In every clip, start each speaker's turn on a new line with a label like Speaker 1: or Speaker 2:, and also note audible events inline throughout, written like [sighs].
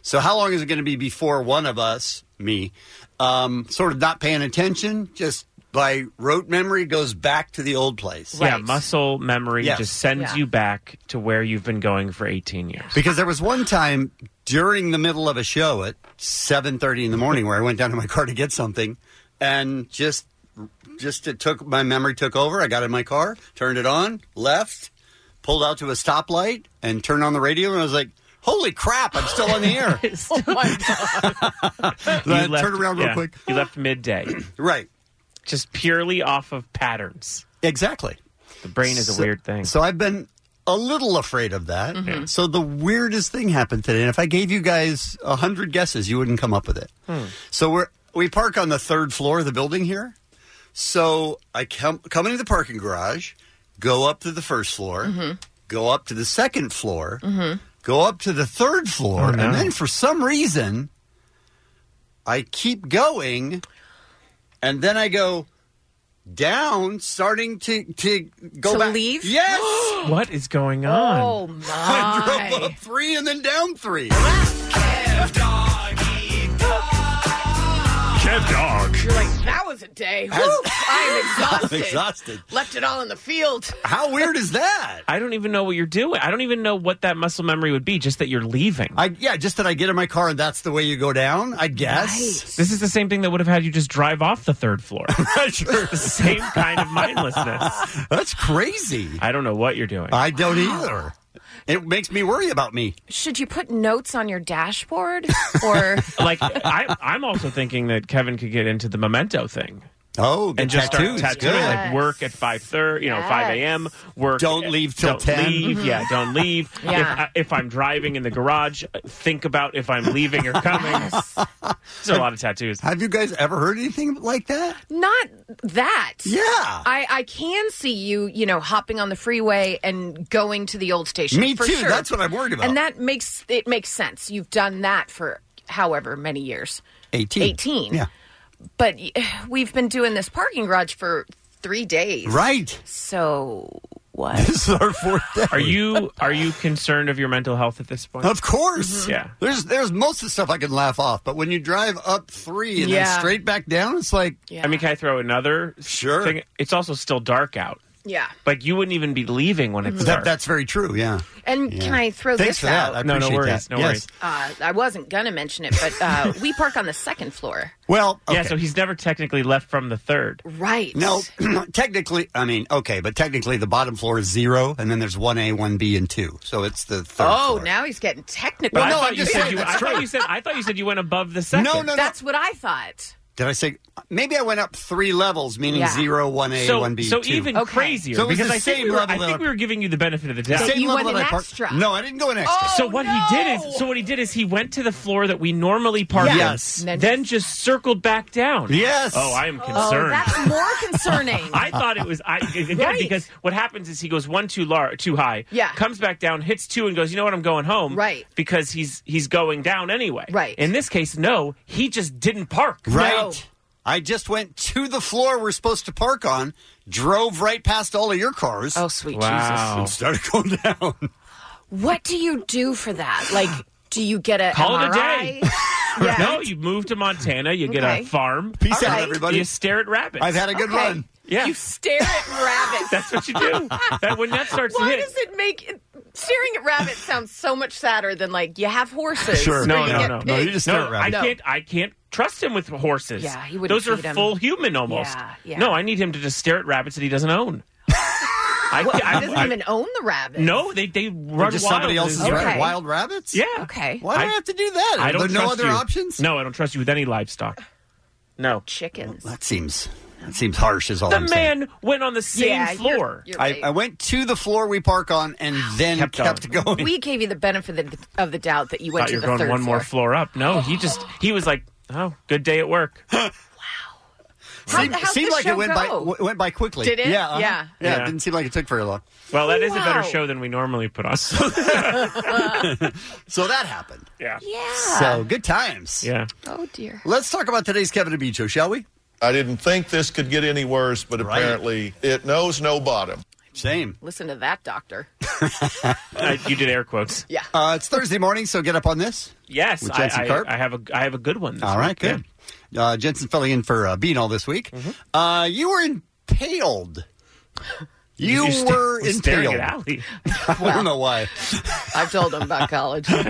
Speaker 1: So, how long is it going to be before one of us, me, um, sort of not paying attention, just by rote memory goes back to the old place?
Speaker 2: Yeah, muscle memory
Speaker 1: Yes.
Speaker 2: just sends
Speaker 3: Yeah.
Speaker 2: you back to where you've been going for 18 years.
Speaker 1: Because there was one time during the middle of a show at 7:30 in the morning where I went down to my car to get something and just just it took my memory took over. I got in my car, turned it on, left, pulled out to a stoplight and turned on the radio and I was like Holy crap! I'm still on the [laughs] air.
Speaker 2: You
Speaker 1: [laughs] Then I turned around real
Speaker 2: yeah,
Speaker 1: quick.
Speaker 2: You left midday,
Speaker 1: [clears throat] Right,
Speaker 2: just purely off of patterns.
Speaker 1: exactly.
Speaker 2: The brain is a
Speaker 1: So-
Speaker 2: weird thing. Mm-hmm.
Speaker 1: So I've been a little afraid of that. So the weirdest thing happened today. And if I gave you guys a hundred guesses, you wouldn't come up with it.
Speaker 4: Hmm.
Speaker 1: So we're we park on the third floor of the building here. So I come come into the parking garage, go up to the first floor,
Speaker 5: Mm-hmm.
Speaker 4: Mm-hmm.
Speaker 1: go up to the second floor, go up to the third floor, and then for some reason I keep going and then I go down starting to to go
Speaker 3: To
Speaker 1: back.
Speaker 3: leave?
Speaker 1: Yes.
Speaker 2: what is going on?
Speaker 1: Oh. [laughs] I drove up three and then down three.
Speaker 5: Kev Dog.
Speaker 4: You're like, that was a day.
Speaker 5: [laughs]
Speaker 4: Woo! I am
Speaker 1: I'm
Speaker 4: exhausted.
Speaker 1: exhausted.
Speaker 4: Left it all in the field.
Speaker 1: How weird is that?
Speaker 2: I don't even know what you're doing. I don't even know what that muscle memory would be, just that you're leaving.
Speaker 1: I yeah, just that I get in my car and that's the way you go down. I guess.
Speaker 2: this is the same thing that would have had you just drive off the third floor.
Speaker 1: Sure.
Speaker 2: the [laughs] same kind of mindlessness.
Speaker 1: [laughs] that's crazy.
Speaker 2: I don't know what you're doing.
Speaker 1: [laughs] I don't either. It makes me worry about me.
Speaker 4: Should you put notes on your dashboard?
Speaker 1: [laughs]
Speaker 4: Or
Speaker 2: [laughs] like I, I'm also thinking that Kevin could get into the memento thing
Speaker 1: Oh, the
Speaker 2: and just
Speaker 1: tattoos.
Speaker 2: start tattooing,
Speaker 1: Good.
Speaker 2: like work at five thirty, you know,
Speaker 4: Yes.
Speaker 2: five a.m. Work.
Speaker 1: Don't leave till Mm-hmm.
Speaker 2: don't
Speaker 1: 10.
Speaker 2: Leave, yeah, don't
Speaker 4: [laughs]
Speaker 2: leave. If,
Speaker 4: Yeah.
Speaker 2: I, if I'm driving in the garage, think about if I'm leaving or coming. There's a lot of tattoos.
Speaker 1: Have you guys ever heard anything like that?
Speaker 4: not that.
Speaker 1: Yeah.
Speaker 4: I, I can see you, you know, hopping on the freeway and going to the old station.
Speaker 1: me
Speaker 4: for
Speaker 1: too.
Speaker 4: Sure.
Speaker 1: That's what I'm worried about.
Speaker 4: And that makes it makes sense. You've done that for however many years.
Speaker 1: 18.
Speaker 4: 18.
Speaker 1: Yeah.
Speaker 4: But y- [sighs] we've been doing this parking garage for three days.
Speaker 1: Right.
Speaker 4: So what?
Speaker 1: [laughs] This is our fourth day.
Speaker 2: Are you are you concerned of your mental health at this point? Mm-hmm.
Speaker 1: Of course.
Speaker 2: Yeah.
Speaker 1: There's there's most of the stuff I can laugh off, but when you drive up three and
Speaker 4: Yeah.
Speaker 1: then straight back down, it's like
Speaker 4: Yeah.
Speaker 2: I mean, can I throw another
Speaker 1: Sure.
Speaker 2: thing? It's also still dark out.
Speaker 4: Yeah.
Speaker 2: Like you wouldn't even be leaving when it's
Speaker 1: That-
Speaker 2: dark.
Speaker 1: that's very true. Yeah.
Speaker 4: And can I throw
Speaker 2: Thanks
Speaker 4: this
Speaker 2: for that.
Speaker 4: out?
Speaker 2: I No, no appreciate worries, that. no Yes. worries.
Speaker 4: Uh, I wasn't going to mention it, but
Speaker 2: [laughs]
Speaker 4: uh, we park on the second floor.
Speaker 1: Well,
Speaker 2: yeah. So he's never technically left from the third.
Speaker 4: Right.
Speaker 1: No, [clears throat] technically, I mean, okay, but technically the bottom floor is zero, and then there's 1A, 1B, and 2. So it's the third.
Speaker 4: Oh, now he's getting technical.
Speaker 1: Well,
Speaker 2: I
Speaker 1: no, I'm
Speaker 2: thought you
Speaker 1: just
Speaker 2: said
Speaker 1: saying
Speaker 2: you.
Speaker 1: that's
Speaker 2: I
Speaker 1: true.
Speaker 2: thought you said. I thought you said you went above the second.
Speaker 4: That's what I thought.
Speaker 1: Did I say? Maybe I went up three levels, meaning
Speaker 4: Yeah.
Speaker 1: zero, 1A,
Speaker 2: so,
Speaker 1: 1B,
Speaker 2: so
Speaker 1: 2.
Speaker 2: even crazier
Speaker 1: So it was
Speaker 2: because
Speaker 1: the
Speaker 2: I think,
Speaker 1: same
Speaker 2: we were,
Speaker 1: level
Speaker 2: I think
Speaker 1: that-
Speaker 2: we were giving you the benefit of the doubt.
Speaker 1: Same But you level went that an I parked- extra. No, I didn't go an extra.
Speaker 2: so what he
Speaker 4: Oh,
Speaker 2: did is, so what he did is, he went to the floor that we normally park. in,
Speaker 4: Yes. And then-
Speaker 2: Then just circled back down.
Speaker 1: Yes.
Speaker 2: Oh, I am
Speaker 4: Oh,
Speaker 2: concerned.
Speaker 4: that's more concerning.
Speaker 2: [laughs] I thought it was
Speaker 4: [laughs]
Speaker 2: I again
Speaker 4: Right.
Speaker 2: because what happens is he goes one too lar too high,
Speaker 4: Yeah.
Speaker 2: comes back down, hits two, and goes. You know what? I'm going home, right? Because he's he's going down anyway,
Speaker 4: Right.
Speaker 2: In this case, no, he just didn't park,
Speaker 1: Right. I just went to the floor we're supposed to park on, drove right past all of your cars. Oh,
Speaker 4: sweet
Speaker 2: Wow.
Speaker 1: And started going down.
Speaker 4: What do you do for that? Like, do you get a
Speaker 2: Call it a
Speaker 4: MRI?
Speaker 2: [laughs] day. No, you move to Montana, you get
Speaker 4: Okay.
Speaker 2: a farm.
Speaker 4: Peace All out, right.
Speaker 1: everybody.
Speaker 2: You stare at rabbits.
Speaker 1: I've had a good Okay. run.
Speaker 2: Yeah,
Speaker 4: You stare
Speaker 2: [laughs]
Speaker 4: at rabbits.
Speaker 2: that's what you
Speaker 4: [laughs]
Speaker 2: do. that, when that starts
Speaker 4: Why
Speaker 2: to hit,
Speaker 4: does it make it, staring at rabbits sounds so much sadder than like you have horses? or
Speaker 2: No,
Speaker 4: you
Speaker 2: no,
Speaker 4: get
Speaker 2: no,
Speaker 4: pigs.
Speaker 2: no. I can't. I can't trust him with horses.
Speaker 4: Yeah, he wouldn't
Speaker 2: Those are
Speaker 4: feed 'em.
Speaker 2: full human almost.
Speaker 4: Yeah, yeah.
Speaker 2: No, I need him to just stare at rabbits that he doesn't
Speaker 4: [laughs]
Speaker 2: own. I,
Speaker 4: What,
Speaker 2: I-
Speaker 4: he doesn't
Speaker 2: I-
Speaker 4: even own the rabbit.
Speaker 2: No, they they run
Speaker 1: just
Speaker 2: wild.
Speaker 1: somebody else's
Speaker 2: Okay.
Speaker 1: ra- wild rabbits?
Speaker 2: Yeah.
Speaker 4: Okay.
Speaker 1: Why do I have to do that?
Speaker 2: I
Speaker 1: Are
Speaker 2: don't
Speaker 1: there no
Speaker 2: trust
Speaker 1: other
Speaker 2: you.
Speaker 1: options? [laughs]
Speaker 2: No, I don't trust you with any livestock. No.
Speaker 4: Chickens.
Speaker 1: That seems that seems harsh is all
Speaker 2: The
Speaker 1: I'm saying.
Speaker 2: man went on the same
Speaker 4: Yeah, you're-
Speaker 2: floor.
Speaker 4: you're
Speaker 1: I,
Speaker 4: right.
Speaker 1: I went to the floor we park on
Speaker 2: [sighs]
Speaker 1: and then kept, going.
Speaker 4: We gave you the benefit of the, of the doubt that you went
Speaker 2: Thought
Speaker 4: to
Speaker 2: you're
Speaker 4: the
Speaker 2: going
Speaker 4: third
Speaker 2: one
Speaker 4: floor.
Speaker 2: more floor up. No, he just he was like, oh, good day at
Speaker 1: [gasps]
Speaker 2: work.
Speaker 4: How-
Speaker 1: Seem-
Speaker 4: how'd
Speaker 1: seemed
Speaker 4: this
Speaker 1: like
Speaker 4: show
Speaker 1: it went by
Speaker 4: go?
Speaker 1: w- went by quickly.
Speaker 4: Did it?
Speaker 1: Yeah, uh-huh.
Speaker 4: Yeah.
Speaker 1: yeah.
Speaker 2: Yeah.
Speaker 1: It didn't seem like it took very long.
Speaker 2: Well, that is a better
Speaker 4: Wow.
Speaker 2: show than we normally put
Speaker 1: [laughs]
Speaker 2: on.
Speaker 1: So that happened.
Speaker 2: yeah.
Speaker 1: So good times.
Speaker 2: Yeah.
Speaker 4: Oh dear.
Speaker 1: Let's talk about today's Kevin and Bean show, shall we?
Speaker 6: I didn't think this could get any worse, but
Speaker 1: Right.
Speaker 6: apparently it knows no bottom.
Speaker 1: Same.
Speaker 4: Listen to that, doctor.
Speaker 2: Uh, you did air quotes.
Speaker 4: [laughs] Yeah.
Speaker 1: Uh, it's Thursday morning, so get up on this.
Speaker 2: Yes,
Speaker 1: With
Speaker 2: I,
Speaker 1: Jensen Karp?
Speaker 2: I, I have a I have a good one. This
Speaker 1: All right,
Speaker 2: week, yeah.
Speaker 1: good. Uh, Jensen filling in for uh, Bean all this week.
Speaker 2: Mm-hmm.
Speaker 1: Uh, you were impaled. You,
Speaker 2: You're sta-
Speaker 1: were
Speaker 2: we're staring
Speaker 1: impaled.
Speaker 2: at Allie.
Speaker 1: [laughs] I don't know why.
Speaker 4: I've told him
Speaker 2: [laughs]
Speaker 4: about college.
Speaker 1: Um,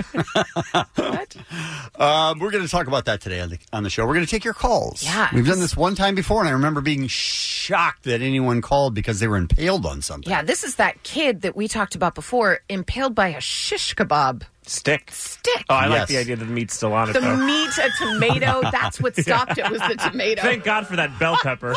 Speaker 1: we're going to talk about that today on the on the show. We're going to take your calls.
Speaker 4: Yes.
Speaker 1: we've done this one time before, and I remember being shocked that anyone called because they were impaled on something.
Speaker 4: yeah, this is that kid that we talked about before, impaled by a shish kebab
Speaker 2: Stick.
Speaker 4: stick.
Speaker 2: Oh, I like
Speaker 1: Yes.
Speaker 2: the idea that the meat's still on it
Speaker 4: the
Speaker 2: though.
Speaker 4: meat, a tomato.
Speaker 2: [laughs]
Speaker 4: That's what stopped it. Was the tomato?
Speaker 2: Thank God for that bell
Speaker 4: [laughs]
Speaker 2: pepper.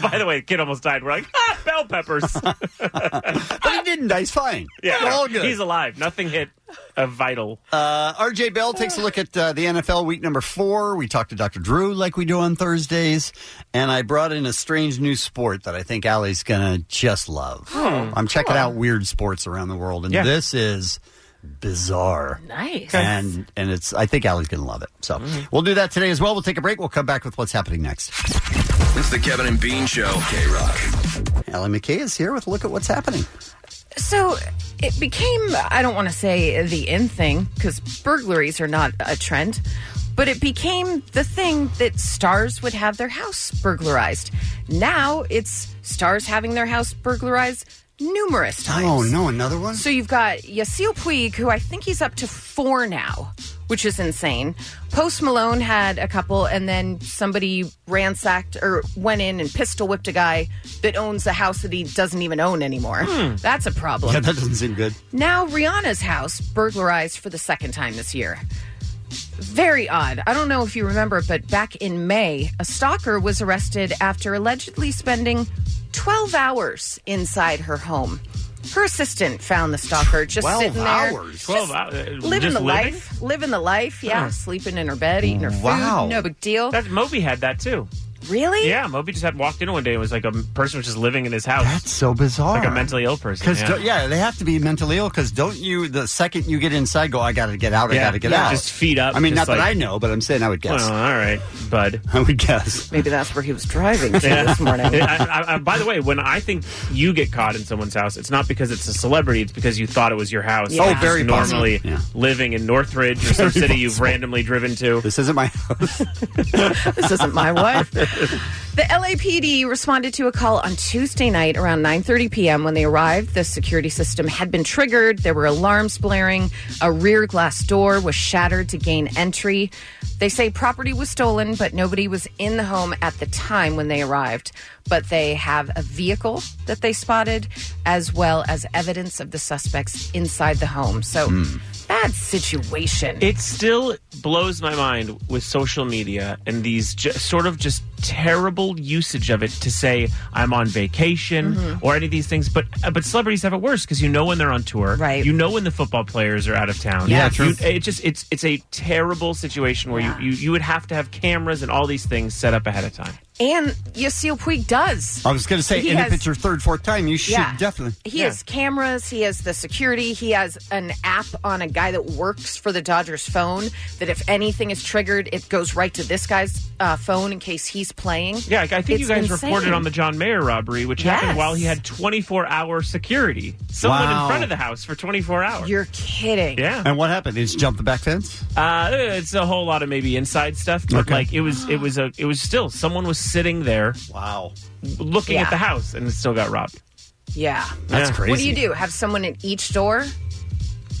Speaker 2: By the way, the kid almost died. We're like, ah, bell peppers.
Speaker 1: But he didn't. He's fine.
Speaker 2: [laughs] Yeah,
Speaker 1: We're
Speaker 2: no,
Speaker 1: all good.
Speaker 2: He's alive. Nothing hit a vital.
Speaker 1: Uh, RJ Bell takes a look at uh, the NFL week number four. We talked to Dr. Drew like we do on Thursdays. And I brought in a strange new sport that I think Allie's going to just love. I'm checking out weird sports around the world. And
Speaker 2: Oh, Yeah.
Speaker 1: this is bizarre.
Speaker 4: Nice.
Speaker 1: And and it's I think Allie's going to love it. So
Speaker 2: Mm-hmm.
Speaker 1: we'll do that today as well. We'll take a break. We'll come back with what's happening next.
Speaker 5: It's the Kevin and Bean Show. K Rock.
Speaker 1: Allie McKay is here with a look at what's happening.
Speaker 4: So it became, I don't want to say the in thing, because burglaries are not a trend, but it became the thing that stars would have their house burglarized. Now it's stars having their house burglarized numerous times.
Speaker 1: Oh no, another one?
Speaker 4: So you've got Yasiel Puig, who I think he's up to four now, which is insane. Post Malone had a couple, and then somebody ransacked or went in and pistol whipped a guy that owns a house that he doesn't even own anymore. That's a problem.
Speaker 1: Yeah, that doesn't seem good.
Speaker 4: Now Rihanna's house burglarized for the second time this year. Very odd. I don't know if you remember, but back in May, a stalker was arrested after allegedly spending 12 hours inside her home. Her assistant found the stalker just
Speaker 2: 12
Speaker 4: sitting there.
Speaker 2: hours? 12
Speaker 4: just
Speaker 2: hours? Uh,
Speaker 4: Living
Speaker 2: just
Speaker 4: the
Speaker 2: living?
Speaker 4: life. Living the life, yeah.
Speaker 2: Huh.
Speaker 4: Sleeping in her bed, eating her food.
Speaker 2: Wow.
Speaker 4: No big deal.
Speaker 2: That Moby had that too.
Speaker 4: really?
Speaker 2: Yeah, Moby just had walked in one day and was like a m- person was just living in his house,
Speaker 1: That's so bizarre.
Speaker 2: like a mentally ill person.
Speaker 1: Because yeah. they have to be mentally ill. Because don't you the second you get inside, go I got to get out. I
Speaker 2: Yeah,
Speaker 1: got to get
Speaker 2: yeah,
Speaker 1: out.
Speaker 2: just feet up,
Speaker 1: I mean, not
Speaker 2: just
Speaker 1: that
Speaker 2: like-
Speaker 1: I know, but I'm saying I would guess.
Speaker 2: Well, all right, bud.
Speaker 1: [laughs] I would guess.
Speaker 4: Maybe that's where he was driving
Speaker 2: [laughs]
Speaker 4: to
Speaker 2: Yeah.
Speaker 4: this morning.
Speaker 2: I, I, I, by the way, when I think you get caught in someone's house, it's not because it's a celebrity; it's because you thought it was your house.
Speaker 1: Yeah. Oh,
Speaker 2: You're just
Speaker 1: very possible.
Speaker 2: normally
Speaker 1: Yeah.
Speaker 2: living in Northridge or some
Speaker 1: Very
Speaker 2: city you've randomly driven to.
Speaker 1: [laughs] This isn't my house.
Speaker 4: this isn't my wife. The LAPD responded to a call on Tuesday night around 9:30 p.m. When they arrived, the security system had been triggered. There were alarms blaring. A rear glass door was shattered to gain entry. They say property was stolen, but nobody was in the home at the time when they arrived. But they have a vehicle that they spotted, as well as evidence of the suspects inside the home. So,
Speaker 1: Hmm.
Speaker 4: bad situation.
Speaker 2: It still blows my mind with social media and these ju- sort of just terrible usage of it to say I'm on vacation
Speaker 4: Mhm.
Speaker 2: or any of these things. But uh, but celebrities have it worse because you know when they're on tour, right? You know when the football players are out of town.
Speaker 7: Yeah, true.
Speaker 2: You- it just it's it's a terrible situation where you, you you would have to have cameras and all these things set up ahead of time.
Speaker 4: and Yasiel Puig does.
Speaker 1: I was going to say,
Speaker 4: He
Speaker 1: and
Speaker 4: has-
Speaker 1: if it's your third, fourth time, you should
Speaker 4: Yeah.
Speaker 1: definitely.
Speaker 4: He has cameras. He has the security. He has an app on a guy that works for the Dodgers phone that if anything is triggered, it goes right to this guy's uh, phone in case he's playing.
Speaker 2: Yeah, I think you
Speaker 4: It's
Speaker 2: guys
Speaker 4: insane.
Speaker 2: reported on the John Mayer robbery, which
Speaker 4: Yes.
Speaker 2: happened while he had 24 hour security. Someone
Speaker 1: Wow.
Speaker 2: in front of the house for 24 hours.
Speaker 4: You're kidding.
Speaker 2: Yeah.
Speaker 1: And what happened? Did you jump the back fence?
Speaker 2: Uh, it's a whole lot of maybe inside stuff, but
Speaker 1: Okay.
Speaker 2: like it was, it was a, it was still someone was sitting there.
Speaker 1: Wow,
Speaker 2: looking
Speaker 4: Yeah.
Speaker 2: at the house, and it still got robbed.
Speaker 4: Yeah.
Speaker 2: That's Yeah.
Speaker 4: What do
Speaker 2: crazy.
Speaker 4: you do? Have someone at each door?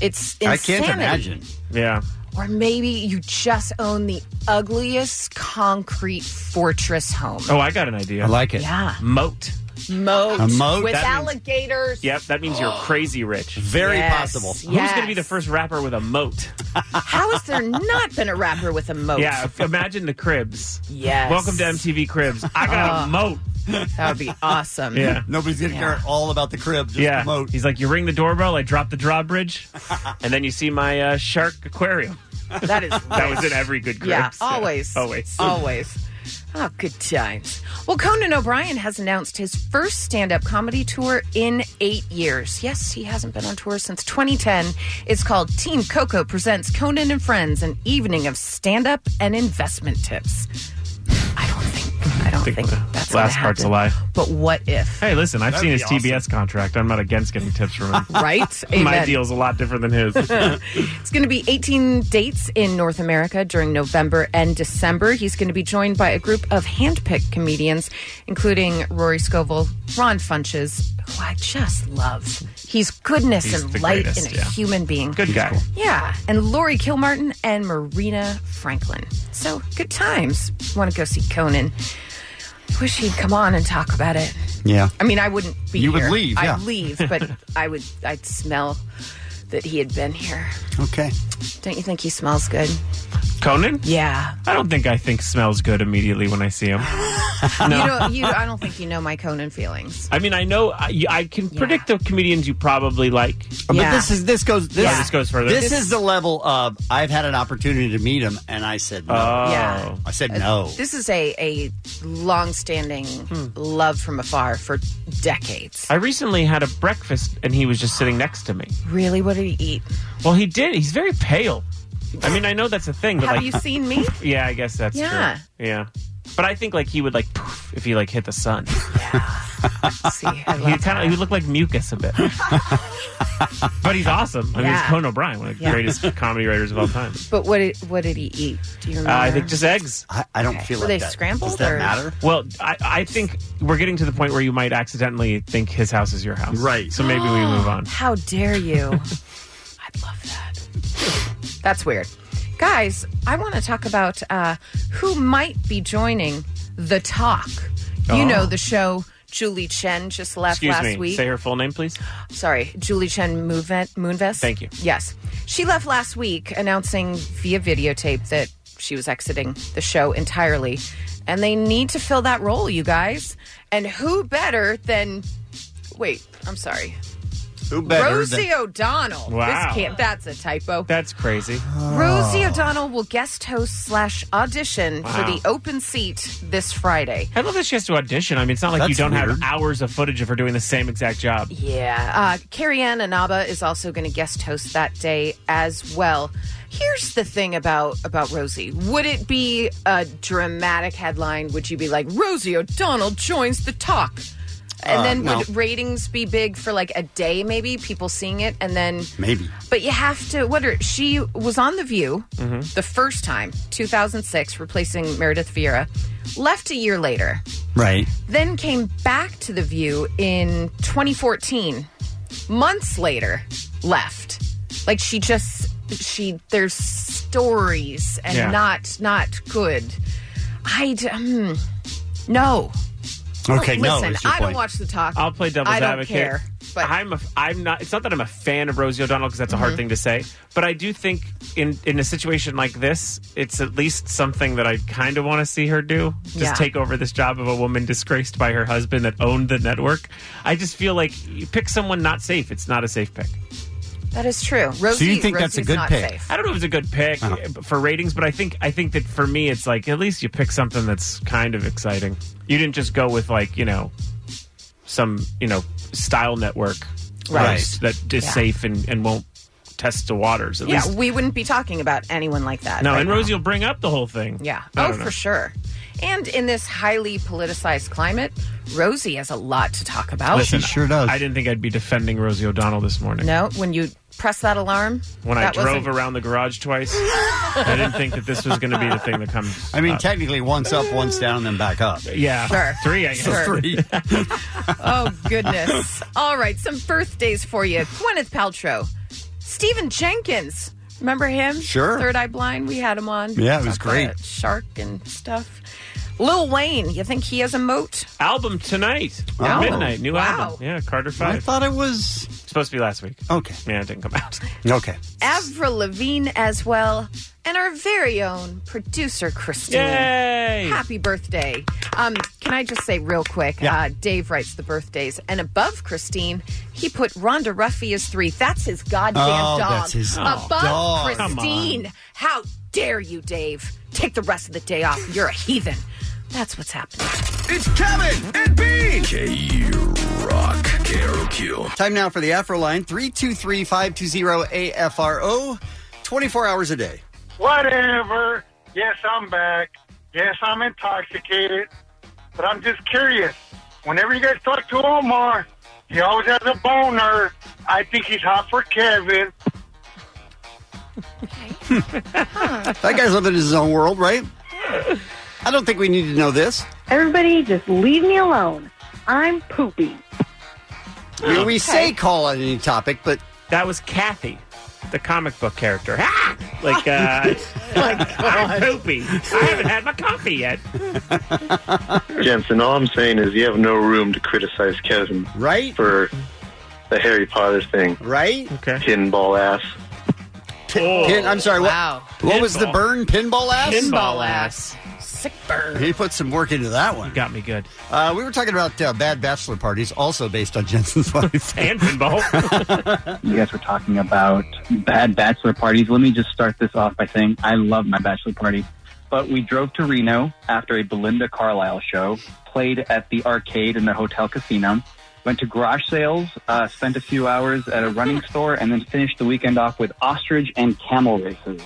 Speaker 4: It's insanity.
Speaker 2: Yeah,
Speaker 4: Or maybe you just own the ugliest concrete fortress home.
Speaker 2: Oh, I got an idea. I
Speaker 1: like it.
Speaker 4: Yeah.
Speaker 2: Moat.
Speaker 4: Moat,
Speaker 2: A moat?
Speaker 4: with
Speaker 2: That means-
Speaker 4: alligators. Oh.
Speaker 2: Yep, that means you're crazy rich.
Speaker 4: Very Yes, possible.
Speaker 2: Who's going
Speaker 4: yes.
Speaker 2: to be the first rapper with a moat?
Speaker 4: How has there not been a rapper with a moat?
Speaker 2: Yeah, if- imagine the Cribs.
Speaker 4: Yes.
Speaker 2: Welcome to MTV Cribs. I got
Speaker 4: Oh.
Speaker 2: a moat.
Speaker 4: That would be awesome.
Speaker 2: Yeah.
Speaker 1: Nobody's going to
Speaker 2: Yeah.
Speaker 1: care all about the crib, just
Speaker 2: yeah.
Speaker 1: the moat.
Speaker 2: He's like, you ring the doorbell, I drop the drawbridge, and then you see my uh, shark aquarium.
Speaker 4: That is
Speaker 2: [laughs] that was
Speaker 4: rich.
Speaker 2: in every good Cribs.
Speaker 4: Yeah, always.
Speaker 2: Always.
Speaker 4: Always. Oh, good times. Well, Conan O'Brien has announced his first stand up comedy tour in eight years. Yes, he hasn't been on tour since 2010. It's called Team Coco Presents Conan and Friends, an evening of stand up and investment tips. I don't think. I don't think, that's gonna
Speaker 2: Last part's a
Speaker 4: happen.
Speaker 2: lie.
Speaker 4: But what if?
Speaker 2: Hey, listen, I've
Speaker 4: That'd
Speaker 2: seen
Speaker 4: be
Speaker 2: his TBS contract. I'm not against getting tips from him.
Speaker 4: [laughs] Right?
Speaker 2: My
Speaker 4: Amen.
Speaker 2: deal's a lot different than his.
Speaker 4: It's going to be 18 dates in North America during November and December. He's going to be joined by a group of handpicked comedians, including Rory Scovel, Ron Funches, who Oh, I just love. He's goodness
Speaker 8: He's the
Speaker 4: and light
Speaker 8: greatest,
Speaker 4: and a
Speaker 8: yeah.
Speaker 4: human being.
Speaker 8: Good guy.
Speaker 4: Yeah. And Lori Kilmartin and Marina Franklin. So good times. Want to go see Conan. Wish he'd come on and talk about it.
Speaker 1: Yeah.
Speaker 4: I mean, I wouldn't be
Speaker 1: You would
Speaker 4: here.
Speaker 1: leave, yeah.
Speaker 4: I'd leave,
Speaker 8: [laughs]
Speaker 4: but I would. I'd smell that he had been here.
Speaker 1: Okay.
Speaker 4: Don't you think he smells good?
Speaker 2: Conan?
Speaker 4: Yeah.
Speaker 2: I don't think I think smells good immediately when I see
Speaker 4: [laughs]
Speaker 2: him. [laughs]
Speaker 4: You
Speaker 2: no.
Speaker 4: don't, you, I don't think you know my Conan feelings.
Speaker 2: I mean, I know I, I can predict the comedians you probably like.
Speaker 1: Uh, But this is this goes this,
Speaker 2: Yeah. This goes further.
Speaker 1: This,
Speaker 2: This-
Speaker 1: is the level of I've had an opportunity to meet him and I said no.
Speaker 2: Oh.
Speaker 4: Yeah.
Speaker 1: I said
Speaker 4: Uh, [laughs]
Speaker 1: no.
Speaker 4: This is a a long-standing love from afar for decades.
Speaker 2: I recently had a breakfast and he was just sitting next to me.
Speaker 4: Really, what did he eat?
Speaker 2: Well, he did. He's very pale. I mean, I know that's a thing, but
Speaker 4: Have
Speaker 2: like,
Speaker 4: you seen me?
Speaker 2: [laughs] Yeah, I guess that's
Speaker 4: Yeah.
Speaker 2: true. Yeah. But I think like he would like poof if he like hit the sun.
Speaker 1: [laughs]
Speaker 4: See, I
Speaker 2: he
Speaker 4: love
Speaker 2: kind of he would look like mucus
Speaker 4: [laughs]
Speaker 2: a bit. but he's awesome. I mean, it's
Speaker 4: Yeah.
Speaker 2: Conan O'Brien, one of the
Speaker 4: Yeah.
Speaker 2: greatest comedy writers of all time.
Speaker 4: But what did what did he eat? Do you
Speaker 2: Uh,
Speaker 4: remember?
Speaker 2: I think just eggs.
Speaker 1: I, I don't
Speaker 4: Okay. feel Were like they that. scrambled, Does that or- matter?
Speaker 2: Well, I, I think we're getting to the point where you might accidentally think his house is your house. Right. So maybe we move on.
Speaker 4: [gasps] How dare you?
Speaker 2: [laughs]
Speaker 4: I'd love that. That's weird. Guys, I want to talk about uh, who might be joining The Talk. You
Speaker 2: Oh.
Speaker 4: know, the show Julie Chen just left
Speaker 2: Excuse
Speaker 4: last
Speaker 2: me.
Speaker 4: week.
Speaker 2: Say her full name, please.
Speaker 4: Sorry, Julie Chen Moonve- Moonves.
Speaker 2: Thank you.
Speaker 4: Yes. She left last week announcing via videotape that she was exiting the show entirely. And they need to fill that role, you guys. And who better than. Wait, I'm sorry.
Speaker 1: Who
Speaker 4: Rosie O'Donnell.
Speaker 2: Wow.
Speaker 4: This can't, that's a typo.
Speaker 2: That's crazy.
Speaker 4: Rosie O'Donnell will guest host slash audition for
Speaker 2: Wow.
Speaker 4: the open seat this Friday.
Speaker 2: I love that she has to audition. I mean, it's not like you
Speaker 1: That's
Speaker 2: don't have
Speaker 1: weird.
Speaker 2: hours of footage of her doing the same exact job.
Speaker 4: Yeah. Uh, Carrie Ann Inaba is also going to guest host that day as well. Here's the thing about about Rosie. Would it be a dramatic headline? Would you be like, Rosie O'Donnell joins the talk? And
Speaker 1: Uh,
Speaker 4: then
Speaker 1: no.
Speaker 4: would ratings be big for like a day, maybe people seeing it, and then
Speaker 1: Maybe.
Speaker 4: But you have to. What are, she was on The View
Speaker 1: Mhm.
Speaker 4: the first time, 2006, replacing Meredith Vieira. Left a year later,
Speaker 1: Right.
Speaker 4: then came back to The View in 2014. Months later, left. Like she just she there's stories and
Speaker 1: Yeah.
Speaker 4: not not good. I d- hmm. no.
Speaker 2: Okay, no
Speaker 4: Listen,
Speaker 2: is your
Speaker 4: I don't
Speaker 2: point.
Speaker 4: watch the talk.
Speaker 2: I'll play devil's
Speaker 4: I don't
Speaker 2: advocate.
Speaker 4: Care.
Speaker 2: I'm a, I'm not. It's not that I'm a fan of Rosie O'Donnell because that's a hard
Speaker 4: Mhm.
Speaker 2: thing to say, but I do think in in a situation like this, it's at least something that I kind of want to see her do. Just
Speaker 4: Yeah.
Speaker 2: take over this job of a woman disgraced by her husband that owned the network. I just feel like you pick someone not safe. It's not a safe pick.
Speaker 4: That is true. Rosie, Rosie's not Safe.
Speaker 2: I don't know if it's a good pick uh, for ratings, but I think I think that for me, it's like at least you pick something that's kind of exciting. You didn't just go with like you know some you know style network
Speaker 4: Right.
Speaker 2: host that is
Speaker 4: Yeah.
Speaker 2: safe and, and won't test the waters. At
Speaker 4: Yeah,
Speaker 2: least
Speaker 4: we wouldn't be talking about anyone like that.
Speaker 2: no,
Speaker 4: right
Speaker 2: and
Speaker 4: now.
Speaker 2: Rosie will bring up the whole thing.
Speaker 4: Yeah.
Speaker 2: I
Speaker 4: Oh,
Speaker 2: don't know.
Speaker 4: for sure. And in this highly politicized climate, Rosie has a lot to talk about.
Speaker 2: Listen, I didn't think I'd be defending Rosie O'Donnell this morning.
Speaker 4: No, when you press that alarm,
Speaker 2: When I
Speaker 4: that
Speaker 2: drove
Speaker 4: wasn't-
Speaker 2: around the garage
Speaker 4: [gasps]
Speaker 2: twice, I didn't think that this was going to be the thing that comes.
Speaker 1: I mean,
Speaker 2: up.
Speaker 1: technically, once up, once down, then back up.
Speaker 2: yeah,
Speaker 4: Sure.
Speaker 2: three. I guess
Speaker 4: So Sure.
Speaker 1: three. [laughs]
Speaker 4: [laughs] Oh goodness! All right, some birthdays for you: Gwyneth Paltrow, Stephen Jenkins. Remember him?
Speaker 1: Sure.
Speaker 4: Third Eye Blind. We had him on.
Speaker 1: Yeah, it was
Speaker 4: Talked about
Speaker 1: great.
Speaker 4: it, Shark and stuff. Lil Wayne. You think he has a moat?
Speaker 2: album tonight
Speaker 4: Oh.
Speaker 2: at midnight. New
Speaker 4: Wow.
Speaker 2: album. Yeah, Carter Five.
Speaker 4: I
Speaker 2: thought
Speaker 1: it was
Speaker 2: supposed to be last week.
Speaker 1: Okay,
Speaker 2: yeah, it didn't come out.
Speaker 1: Okay.
Speaker 4: Avril Lavigne as well, and our very own producer Christine.
Speaker 2: Yay!
Speaker 4: Happy birthday! Um, can I just say real quick?
Speaker 1: Yeah.
Speaker 4: Uh, Dave writes the birthdays, and above Christine, he put Rhonda Ruffy as three. That's his goddamn
Speaker 1: Oh,
Speaker 4: dog.
Speaker 1: that's his
Speaker 4: above
Speaker 1: dog. Come
Speaker 4: Christine. How dare you, Dave? Take the rest of the day off. You're a heathen. That's what's happening.
Speaker 5: It's Kevin and Bean. K Rock. K R O Q.
Speaker 1: Time now for the Afro line 323 520 AFRO, 24 hours a day.
Speaker 7: Whatever. Yes, I'm back. Yes, I'm intoxicated. But I'm just curious. Whenever you guys talk to Omar, he always has a boner. I think he's hot for Kevin.
Speaker 1: That guy's living in his own world, right? I don't think we need to know this.
Speaker 8: Everybody, just leave me alone. I'm poopy.
Speaker 1: I mean, we say call on any topic, but.
Speaker 2: That was Kathy, the comic book character. Ah! Like, uh, I'm poopy. I haven't had my coffee yet.
Speaker 9: Jensen, all I'm saying is you have no room to criticize Kevin.
Speaker 1: Right?
Speaker 9: For the Harry Potter thing.
Speaker 1: Right?
Speaker 2: Okay.
Speaker 9: Pinball ass.
Speaker 2: Oh.
Speaker 1: Pin, I'm sorry, what,
Speaker 4: Wow.
Speaker 1: what was the
Speaker 4: Pinball.
Speaker 1: burn? Pinball ass?
Speaker 4: Pinball ass. Sick burn.
Speaker 1: He put some work into that one.
Speaker 2: got me good.
Speaker 1: Uh, we were talking about uh, bad bachelor parties, also based on [laughs] Jensen's life.
Speaker 2: [laughs] and pinball.
Speaker 10: You guys were talking about bad bachelor parties. Let me just start this off by saying I love my bachelor party. But we drove to Reno after a Belinda Carlisle show, played at the arcade in the hotel casino, went to garage sales, uh, spent a few hours at a running store, and then finished the weekend off with ostrich and camel races.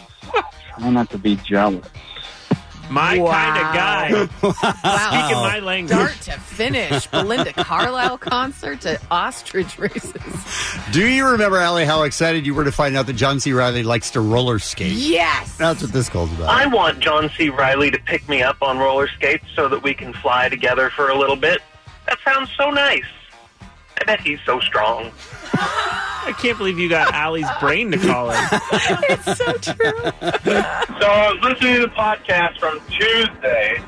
Speaker 10: Try not to be jealous.
Speaker 2: My kind of guy. Speaking
Speaker 10: Wow.
Speaker 2: my language.
Speaker 4: Start to finish. Belinda Carlisle concert to ostrich races.
Speaker 1: [laughs] Do you remember, Allie, how excited you were to find out that John C. Riley likes to roller skate?
Speaker 4: Yes.
Speaker 1: That's what this call's about.
Speaker 11: I want John C. Riley to pick me up on roller skates so that we can fly together for a little bit. That sounds so nice. I bet he's so strong.
Speaker 2: I can't believe you got Allie's brain to call in.
Speaker 4: it's so true.
Speaker 7: So I was listening to the podcast from Tuesday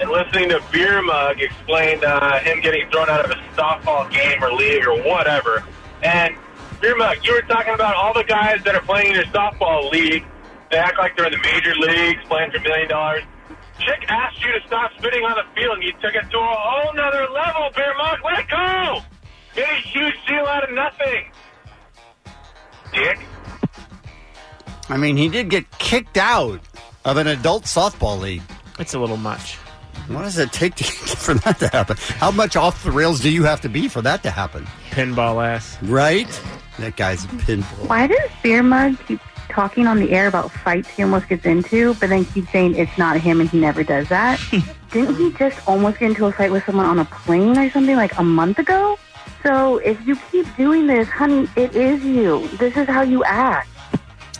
Speaker 7: and listening to Beer Mug explain uh, him getting thrown out of a softball game or league or whatever. And Beer Mug, you were talking about all the guys that are playing in your softball league. They act like they're in the major leagues, playing for million dollars. Chick asked you to stop spitting on the field, and you took it to a whole nother level, Beer Mug. Let it go! Made a huge deal out of nothing. Dick.
Speaker 1: I mean, he did get kicked out of an adult softball league.
Speaker 2: It's a little much.
Speaker 1: What does it take to, [laughs] for that to happen? How much off the rails do you have to be for that to happen?
Speaker 2: Pinball ass.
Speaker 1: Right? That guy's a pinball.
Speaker 8: Why does Beer Mug keep talking on the air about fights he almost gets into, but then keeps saying it's not him and he never does that. Didn't he just almost get into a fight with someone on a plane or something like a month ago? So if you keep doing this, honey, it is you. This is how you act.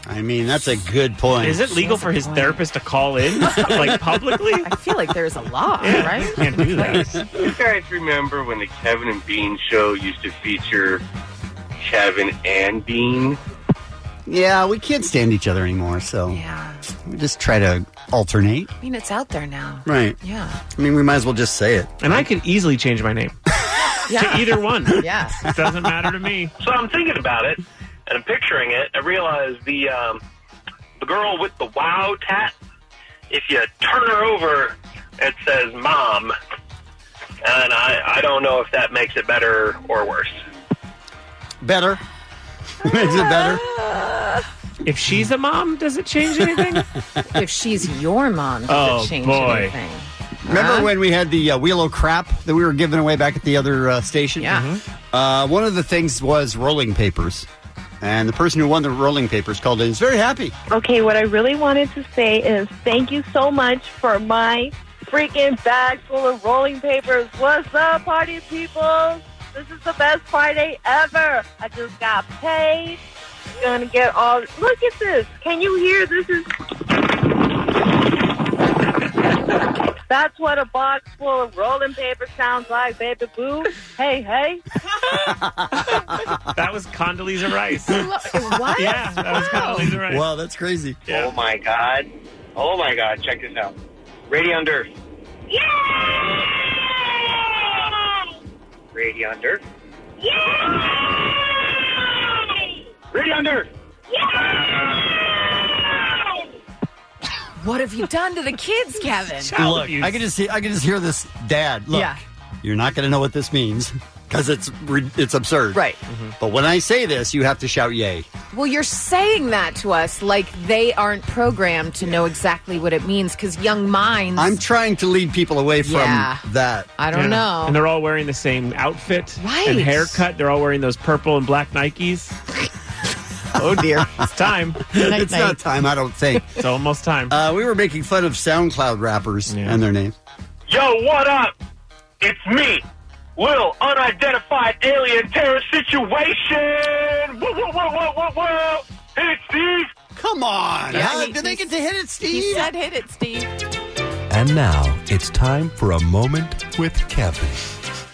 Speaker 1: I mean, that's a good point.
Speaker 2: Is it legal for his therapist to call in, like publicly?
Speaker 4: I feel like there's a law, right?
Speaker 2: Can't do that.
Speaker 12: You guys remember when the Kevin and Bean show used to feature Kevin and Bean?
Speaker 1: Yeah, we can't stand each other anymore, so yeah. we just try to alternate.
Speaker 4: I mean, it's out there now.
Speaker 1: Right.
Speaker 4: Yeah.
Speaker 1: I mean, we might as well just say it.
Speaker 2: And I could easily change my name.
Speaker 4: Yeah.
Speaker 2: Either one.
Speaker 4: Yeah.
Speaker 2: It doesn't matter to me.
Speaker 11: [laughs] So I'm thinking about it, and I'm picturing it. I realize the um, the girl with the wow tat. If you turn her over, it says "mom," and I, I don't know if that makes it better or worse.
Speaker 1: Better. Makes it better.
Speaker 2: If she's a mom, does it change anything?
Speaker 4: if she's your mom, does
Speaker 1: Oh,
Speaker 4: it change
Speaker 1: boy.
Speaker 4: anything?
Speaker 1: Remember
Speaker 4: Huh?
Speaker 1: when we had the uh, wheel of crap that we were giving away back at the other uh, station?
Speaker 4: Yeah.
Speaker 1: Uh, one of the things was rolling papers. And the person who won the rolling papers called in. He's very happy.
Speaker 13: Okay, what I really wanted to say is thank you so much for my freaking bag full of rolling papers. What's up, party people? This is the best Friday ever. I just got paid. Gonna get all. Look at this. Can you hear? This is. That's what a box full of rolling paper sounds like, baby boo. Hey, hey.
Speaker 2: That was Condoleezza Rice.
Speaker 13: What?
Speaker 2: [laughs] Yeah, that was Condoleezza Rice.
Speaker 1: Wow, that's crazy.
Speaker 12: Oh my god! Oh my god! Check this out. Radion Durf. Radion
Speaker 9: [clears throat]
Speaker 12: Durf. Radion Durf.
Speaker 4: What have you done to the kids, Kevin?
Speaker 1: Look, I can just see, I can just hear this dad. Look,
Speaker 4: Yeah.
Speaker 1: you're not going to know what this means because it's re- it's absurd.
Speaker 4: Right.
Speaker 2: Mm-hmm.
Speaker 1: But when I say this, you have to shout yay.
Speaker 4: Well, you're saying that to us like they aren't programmed to know exactly what it means because young minds.
Speaker 1: I'm trying to lead people away from
Speaker 4: Yeah.
Speaker 1: that.
Speaker 4: I don't know.
Speaker 2: And they're all wearing the same outfit
Speaker 4: Right.
Speaker 2: and haircut. They're all wearing those purple and black
Speaker 4: [laughs]
Speaker 2: Nikes.
Speaker 1: oh dear,
Speaker 2: it's time.
Speaker 1: [laughs] it's not time, I don't think.
Speaker 2: it's almost time.
Speaker 1: Uh, we were making fun of SoundCloud rappers and their names.
Speaker 7: Yo, what up? It's me, Lil Unidentified Alien Terror Situation. Whoa, whoa, whoa, whoa, whoa, whoa. Hey, Steve.
Speaker 1: Come on.
Speaker 5: How
Speaker 4: did they get to hit it, Steve? He said hit it, Steve.
Speaker 5: And now it's time for a moment with Kevin.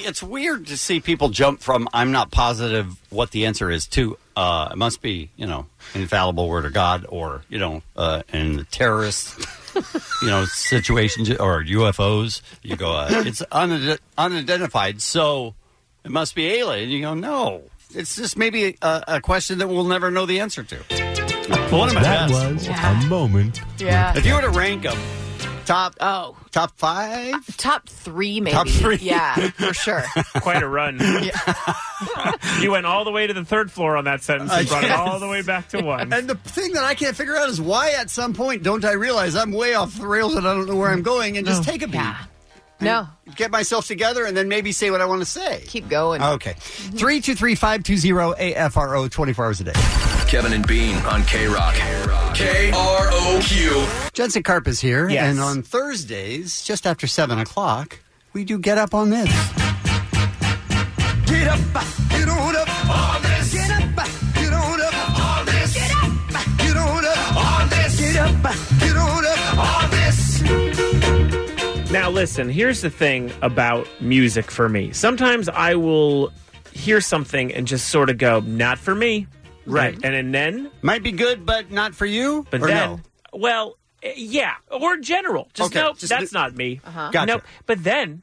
Speaker 1: It's weird to see people jump from "I'm not positive what the answer is" to uh, "It must be you know infallible word of God" or you know uh, in the terrorist [laughs] you know situations or UFOs. You go, uh, it's unide- unidentified, so it must be alien. You go, no, it's just maybe a, a question that we'll never know the answer to. [laughs] One of my
Speaker 5: that
Speaker 1: best.
Speaker 5: was a moment.
Speaker 4: Yeah.
Speaker 1: If you were to rank them, top
Speaker 4: oh
Speaker 1: top five,
Speaker 4: top three maybe.
Speaker 1: Top three. [laughs]
Speaker 4: [laughs] Yeah, for sure.
Speaker 2: [laughs] Quite a run. [laughs] you went all the way to the third floor on that sentence and brought it all the way back to one.
Speaker 1: And the thing that I can't figure out is why at some point don't I realize I'm way off the rails and I don't know where I'm going and just take a beat.
Speaker 4: Oh, No.
Speaker 1: Get myself together and then maybe say what I want to say.
Speaker 4: Keep going.
Speaker 1: Okay. 323 520 AFRO 24 hours a day.
Speaker 5: Kevin and Bean on K Rock. K R O Q.
Speaker 1: Jensen Karp is here.
Speaker 5: Yes.
Speaker 1: And on Thursdays, just after 7 o'clock, we do get up on this.
Speaker 5: Get up, get on up. On this. Get up, get on up. On this. Get up, get on up. On this. Get up, get on up. On this.
Speaker 2: Now, listen, here's the thing about music for me. Sometimes I will hear something and just sort of go, not for me. Right. And, and then.
Speaker 1: Might be good, but not for you?
Speaker 2: But
Speaker 1: Or
Speaker 2: then.
Speaker 1: no?
Speaker 2: Well, eh, yeah. Or general. Just
Speaker 1: Okay,
Speaker 2: nope,
Speaker 1: just
Speaker 2: that's
Speaker 1: n-
Speaker 2: not me.
Speaker 4: Uh-huh.
Speaker 1: Gotcha.
Speaker 2: Nope. But then,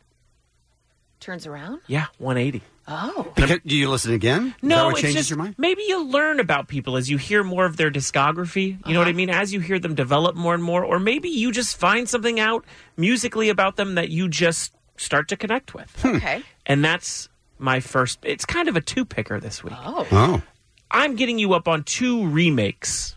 Speaker 4: Turns around.
Speaker 2: yeah, 180.
Speaker 4: Oh.
Speaker 1: Because, do you listen again? Is
Speaker 2: No,
Speaker 1: that what
Speaker 2: it's
Speaker 1: changes
Speaker 2: just
Speaker 1: your mind?
Speaker 2: maybe you learn about people as you hear more of their discography. You know
Speaker 1: Uh-huh.
Speaker 2: what I mean? As you hear them develop more and more, or maybe you just find something out musically about them that you just start to connect with.
Speaker 1: Hmm.
Speaker 4: Okay.
Speaker 2: And that's my first. It's kind of a two picker this week.
Speaker 4: Oh.
Speaker 1: Oh.
Speaker 2: I'm getting you up on two remakes,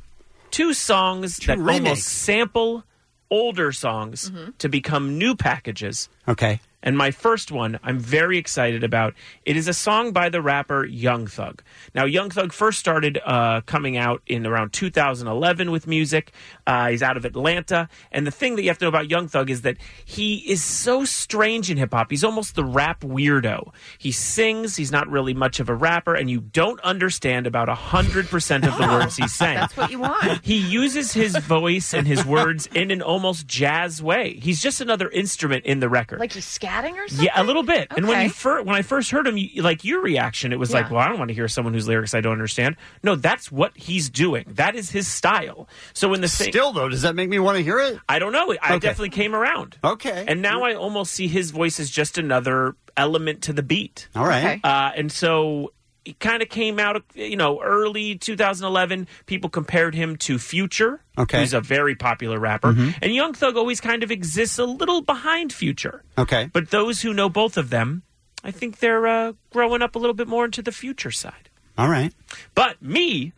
Speaker 2: two songs that
Speaker 1: remakes.
Speaker 2: almost sample older songs to become new packages.
Speaker 1: Okay.
Speaker 2: And my first one, I'm very excited about. It is a song by the rapper Young Thug. Now, Young Thug first started uh, coming out in around 2011 with music. Uh, he's out of Atlanta. And the thing that you have to know about Young Thug is that he is so strange in hip hop. He's almost the rap weirdo. He sings, he's not really much of a rapper, and you don't understand about 100% of the words he's saying.
Speaker 4: That's what you
Speaker 2: [laughs]
Speaker 4: want.
Speaker 2: He uses his voice and his words in an almost jazz way. He's just another instrument in the record.
Speaker 4: Like he's scatting or something?
Speaker 2: yeah, a little bit. And when
Speaker 4: Okay.
Speaker 2: you fir- when I first heard him, you, like your reaction, it was like,
Speaker 4: Yeah.
Speaker 2: "Well, I don't want to hear someone whose lyrics I don't understand." No, that's what he's doing. That is his style. So when the thing-
Speaker 1: Still, though, does that make me want to hear it?
Speaker 2: I don't know. I
Speaker 1: Okay.
Speaker 2: definitely came around.
Speaker 1: Okay.
Speaker 2: And now I almost see his voice as just another element to the beat.
Speaker 1: All right. Okay.
Speaker 2: Uh, and so it kind of came out, you know, early 2011. People compared him to Future,
Speaker 1: Okay. Mm-hmm.
Speaker 2: who's a very popular rapper. And Young Thug always kind of exists a little behind Future.
Speaker 1: Okay.
Speaker 2: But those who know both of them, I think they're uh, growing up a little bit more into the Future side.
Speaker 1: All right.
Speaker 2: But me,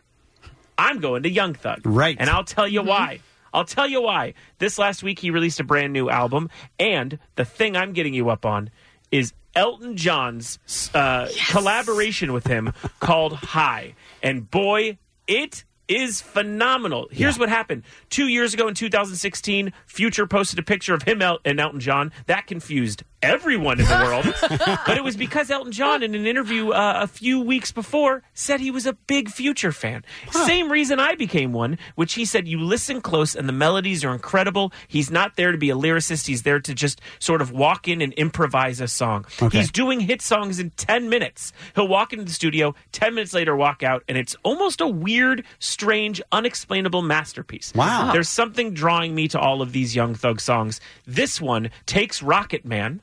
Speaker 2: I'm going to Young Thug. Right. And I'll tell you why. I'll tell you why. This last week, he released a brand new album. And the thing I'm getting you up on is Elton John's uh, collaboration with him called High. And boy, it is phenomenal. Here's what happened. Two years ago in 2016, Future posted a picture of him El- and Elton John. That confused everyone in the world. but it was because Elton John, in an interview uh, a few weeks before, said he was a big Future fan. Same reason I became one, which he said you listen close and the melodies are incredible. He's not there to be a lyricist, he's there to just sort of walk in and improvise a song.
Speaker 5: Okay.
Speaker 2: He's doing hit songs in 10 minutes. He'll walk into the studio, 10 minutes later, walk out, and it's almost a weird, strange, unexplainable masterpiece.
Speaker 1: Wow.
Speaker 2: There's something drawing me to all of these Young Thug songs. This one takes Rocket Man.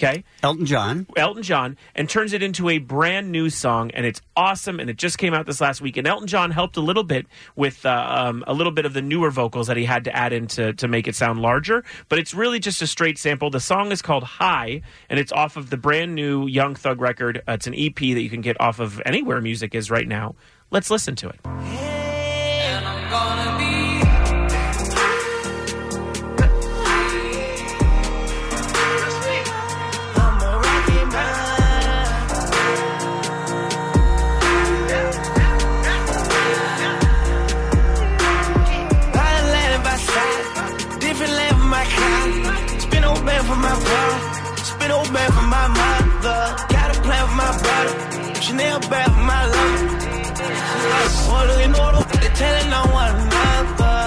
Speaker 2: Okay.
Speaker 1: Elton John.
Speaker 2: Elton John and turns it into a brand new song, and it's awesome. And it just came out this last week. And Elton John helped a little bit with uh, um, a little bit of the newer vocals that he had to add in to, to make it sound larger. But it's really just a straight sample. The song is called High, and it's off of the brand new Young Thug record. Uh, it's an EP that you can get off of anywhere music is right now. Let's listen to it.
Speaker 5: Riding land by side, different land for my kind. Spin old man for my world, spin old man for my mother. Got a plan for my brother, Chanel bag for my love. Order in order, they telling on one another.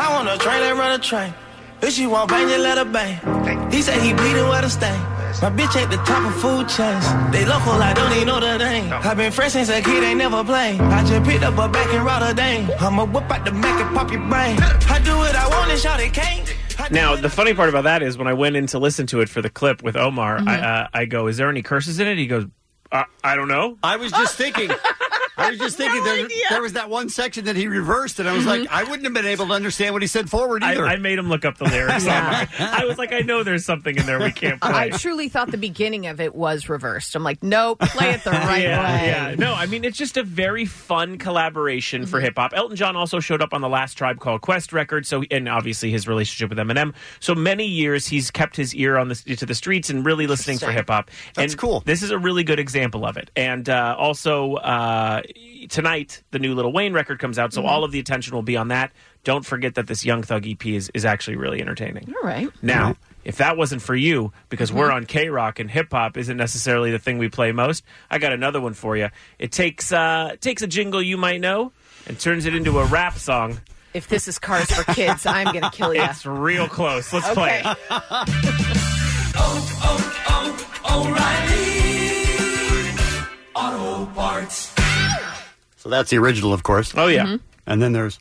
Speaker 5: I want a train, let run a train. If she want bang, just let her bang. He said he bleeding with a stain. My bitch at the top of food chains. They local, I don't even know the name. i been fresh since a kid, ain't never playing. I just picked up a back in Rotterdam. I'ma whip out the Mac and pop your brain. I do what I want and shout it can't.
Speaker 2: Now, the funny part about that is when I went in to listen to it for the clip with Omar, I, uh, I go, "Is there any curses in it?" He goes, "I, I don't know."
Speaker 1: I was just
Speaker 2: [laughs]
Speaker 1: thinking. I was
Speaker 4: [laughs]
Speaker 1: just thinking there, there was that one section that he reversed, and I was
Speaker 4: Mm-hmm.
Speaker 1: like, I wouldn't have been able to understand what he said forward
Speaker 2: I,
Speaker 1: either.
Speaker 2: I made him look up the
Speaker 1: [laughs]
Speaker 2: lyrics. I was like, I know there's something in there we can't play.
Speaker 4: I truly thought the beginning of it was reversed. I'm like, nope, play it the
Speaker 2: [laughs]
Speaker 4: right
Speaker 2: yeah,
Speaker 4: way.
Speaker 2: yeah. No, I mean it's just a very fun collaboration for hip hop. Elton John also showed up on the last Tribe Called Quest record, so and obviously his relationship with Eminem. So many years he's kept his ear on the to the streets and really listening for
Speaker 1: Interesting.
Speaker 2: hip hop.
Speaker 1: That's
Speaker 2: and
Speaker 1: cool.
Speaker 2: This is a really good example of it. And uh, also uh, tonight the new Little Wayne record comes out, so
Speaker 4: Mhm.
Speaker 2: all of the attention will be on that. Don't forget that this Young Thug EP is, is actually really entertaining.
Speaker 4: All right.
Speaker 2: Now, if that wasn't for you, because we're on K Rock and hip hop isn't necessarily the thing we play most, I got another one for you. It takes uh, it takes a jingle you might know and turns it into a rap song.
Speaker 4: If this is Cars for Kids, I'm
Speaker 2: [laughs]
Speaker 4: going to kill you.
Speaker 2: It's real close. Let's play
Speaker 5: [laughs]
Speaker 2: it.
Speaker 5: Oh, Auto parts.
Speaker 1: so that's the original, of course. Mm-hmm.
Speaker 2: Oh yeah.
Speaker 1: And then there's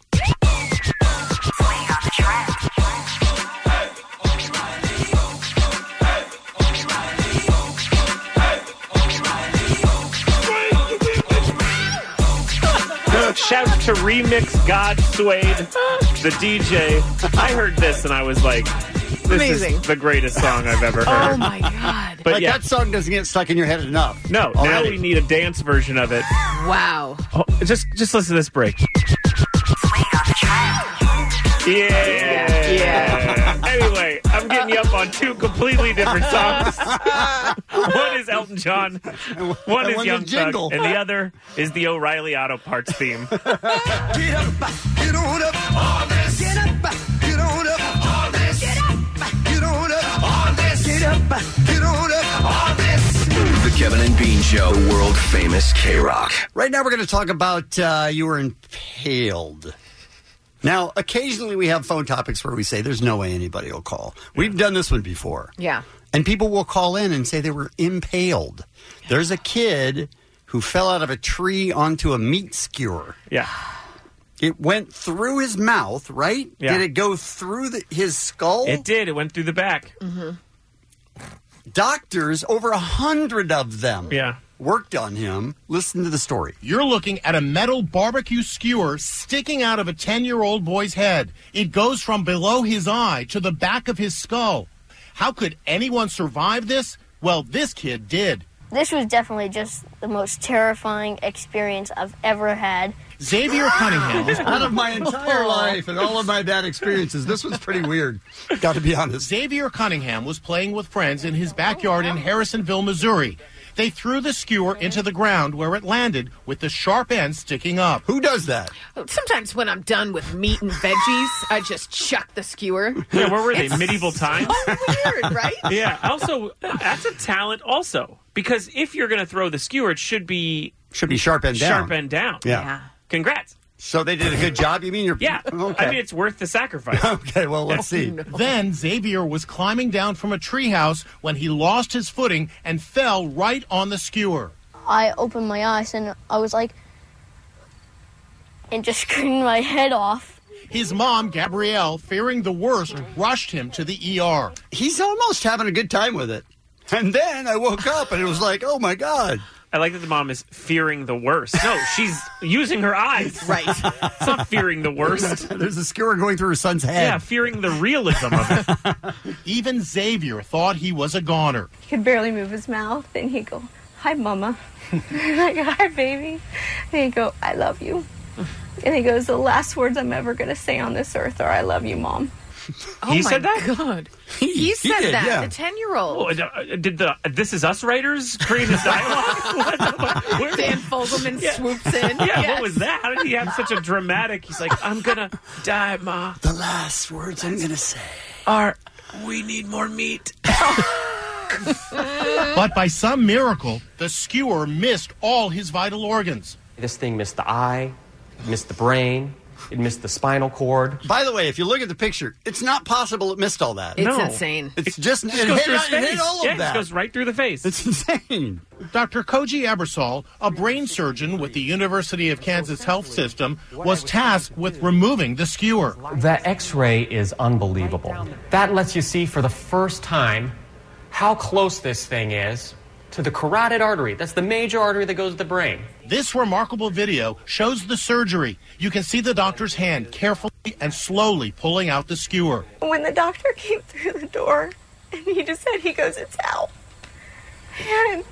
Speaker 2: Shout to remix God Suede, the DJ. I heard this and I was like, this
Speaker 1: Amazing.
Speaker 2: is the greatest song I've ever
Speaker 4: Oh
Speaker 2: heard.
Speaker 4: god!
Speaker 2: But
Speaker 1: like
Speaker 2: yeah.
Speaker 1: that song doesn't get stuck in your head enough.
Speaker 2: No, now
Speaker 1: Already.
Speaker 2: we need a dance version of it.
Speaker 4: Wow.
Speaker 2: Oh, just just listen to this break. Yeah. Yeah. [laughs] Anyway, I'm getting you up on two completely different songs. one is Elton John, one
Speaker 5: and
Speaker 2: is
Speaker 5: one's a
Speaker 2: Young Thug,
Speaker 5: jingle.
Speaker 2: and the other is the O'Reilly Auto Parts theme.
Speaker 5: Get up, get on up, all this. Get up, get on up, all this. Get up, get on up, all this. Get up, get on up, all this.
Speaker 14: The Kevin and Bean Show, the world famous K Rock.
Speaker 1: Right now, we're going to talk about uh, you were impaled. Now, occasionally we have phone topics where we say there's no way anybody will call. We've done this one before.
Speaker 4: Yeah.
Speaker 1: And people will call in and say they were impaled. There's a kid who fell out of a tree onto a meat skewer.
Speaker 2: Yeah.
Speaker 1: It went through his mouth, right?
Speaker 2: Yeah.
Speaker 1: Did it go through the, his skull?
Speaker 2: It did. It went through the back.
Speaker 1: Doctors, over a hundred of them, yeah. worked on him. Listen to the story.
Speaker 15: You're looking at a metal barbecue skewer sticking out of a 10 year old boy's head. It goes from below his eye to the back of his skull. How could anyone survive this? Well, this kid did.
Speaker 16: This was definitely just the most terrifying experience I've ever had. Oh.
Speaker 15: Xavier Cunningham.
Speaker 16: Out of my [laughs]
Speaker 15: Oh.
Speaker 16: entire life
Speaker 15: and all of my bad experiences, this was pretty weird.
Speaker 1: Got to be honest.
Speaker 15: Xavier Cunningham was playing with friends in his backyard in Harrisonville, Missouri. They threw the skewer into the ground where it landed with the sharp end sticking up.
Speaker 1: Who does that?
Speaker 3: Sometimes when I'm done with meat and veggies, I just chuck the skewer.
Speaker 2: Yeah, where were they?
Speaker 3: It's
Speaker 2: Medieval times?
Speaker 3: weird, right?
Speaker 2: [laughs] yeah. Also, that's a talent. Also, because if you're going to throw the skewer, it should be
Speaker 1: Should be sharp end down.
Speaker 2: sharp end down.
Speaker 1: Yeah. Yeah.
Speaker 2: Congrats.
Speaker 1: So they did a good job. You mean you're
Speaker 2: Yeah. I mean, it's worth the sacrifice.
Speaker 1: okay, well, let's see.
Speaker 15: Oh, Then Xavier was climbing down from a treehouse when he lost his footing and fell right on the skewer.
Speaker 16: I opened my eyes and I was like, and just [laughs] screamed my head off.
Speaker 15: His mom, Gabrielle, fearing the worst, rushed him to the ER.
Speaker 1: He's almost having a good time with it. And then I woke up and it was like, oh my God.
Speaker 2: I like that the mom is fearing the worst.
Speaker 3: [laughs]
Speaker 2: No, she's using her eyes. Right. [laughs] It's not fearing the
Speaker 3: [laughs]
Speaker 2: worst.
Speaker 1: [laughs] There's a skewer going through her son's head.
Speaker 2: Yeah, fearing the realism of it.
Speaker 15: [laughs] Even Xavier thought he was a goner.
Speaker 17: He could barely move his mouth, and he'd go, "Hi, mama," [laughs] like, "Hi, baby," and he'd go, "I love you," and he goes, "The last words I'm ever gonna say on this earth are, "I love you, mom."
Speaker 2: He said that?
Speaker 3: Oh God.
Speaker 1: He,
Speaker 3: said that, the 10 year
Speaker 2: Oh,
Speaker 3: old.
Speaker 2: uh, did the This Is Us writers create this
Speaker 3: [laughs]
Speaker 2: dialogue? [laughs] What the fuck? Where-
Speaker 3: Dan Fogelman swoops in.
Speaker 2: [laughs] Yeah,
Speaker 3: Yes.
Speaker 2: what was that? How did he have such a dramatic? He's like, I'm gonna die, ma.
Speaker 1: The last words I'm gonna say
Speaker 2: are, "We need more
Speaker 3: [laughs]
Speaker 2: meat."
Speaker 15: But by some miracle, the skewer missed all his vital organs.
Speaker 18: This thing missed the eye, missed the brain, it missed the spinal cord.
Speaker 1: By the way, if you look at the picture, it's not possible it missed all that.
Speaker 3: It's No. insane.
Speaker 1: It's
Speaker 15: just
Speaker 1: just, it,
Speaker 15: goes
Speaker 1: hit,
Speaker 15: through his
Speaker 1: it hit
Speaker 15: face.
Speaker 1: all of
Speaker 15: Yeah, it just
Speaker 1: that.
Speaker 15: goes
Speaker 2: right through the face.
Speaker 1: It's insane.
Speaker 15: Dr. Koji Ebersol, a brain surgeon with the University of Kansas Health System, was tasked with removing the skewer.
Speaker 18: That x ray is unbelievable. That lets you see for the first time how close this thing is to the carotid artery. That's the major artery that goes to the brain.
Speaker 15: This remarkable video shows the surgery. You can see the doctor's hand carefully and slowly pulling out the skewer.
Speaker 17: When the doctor [laughs] came through the door, and he just said, "He goes, it's out," and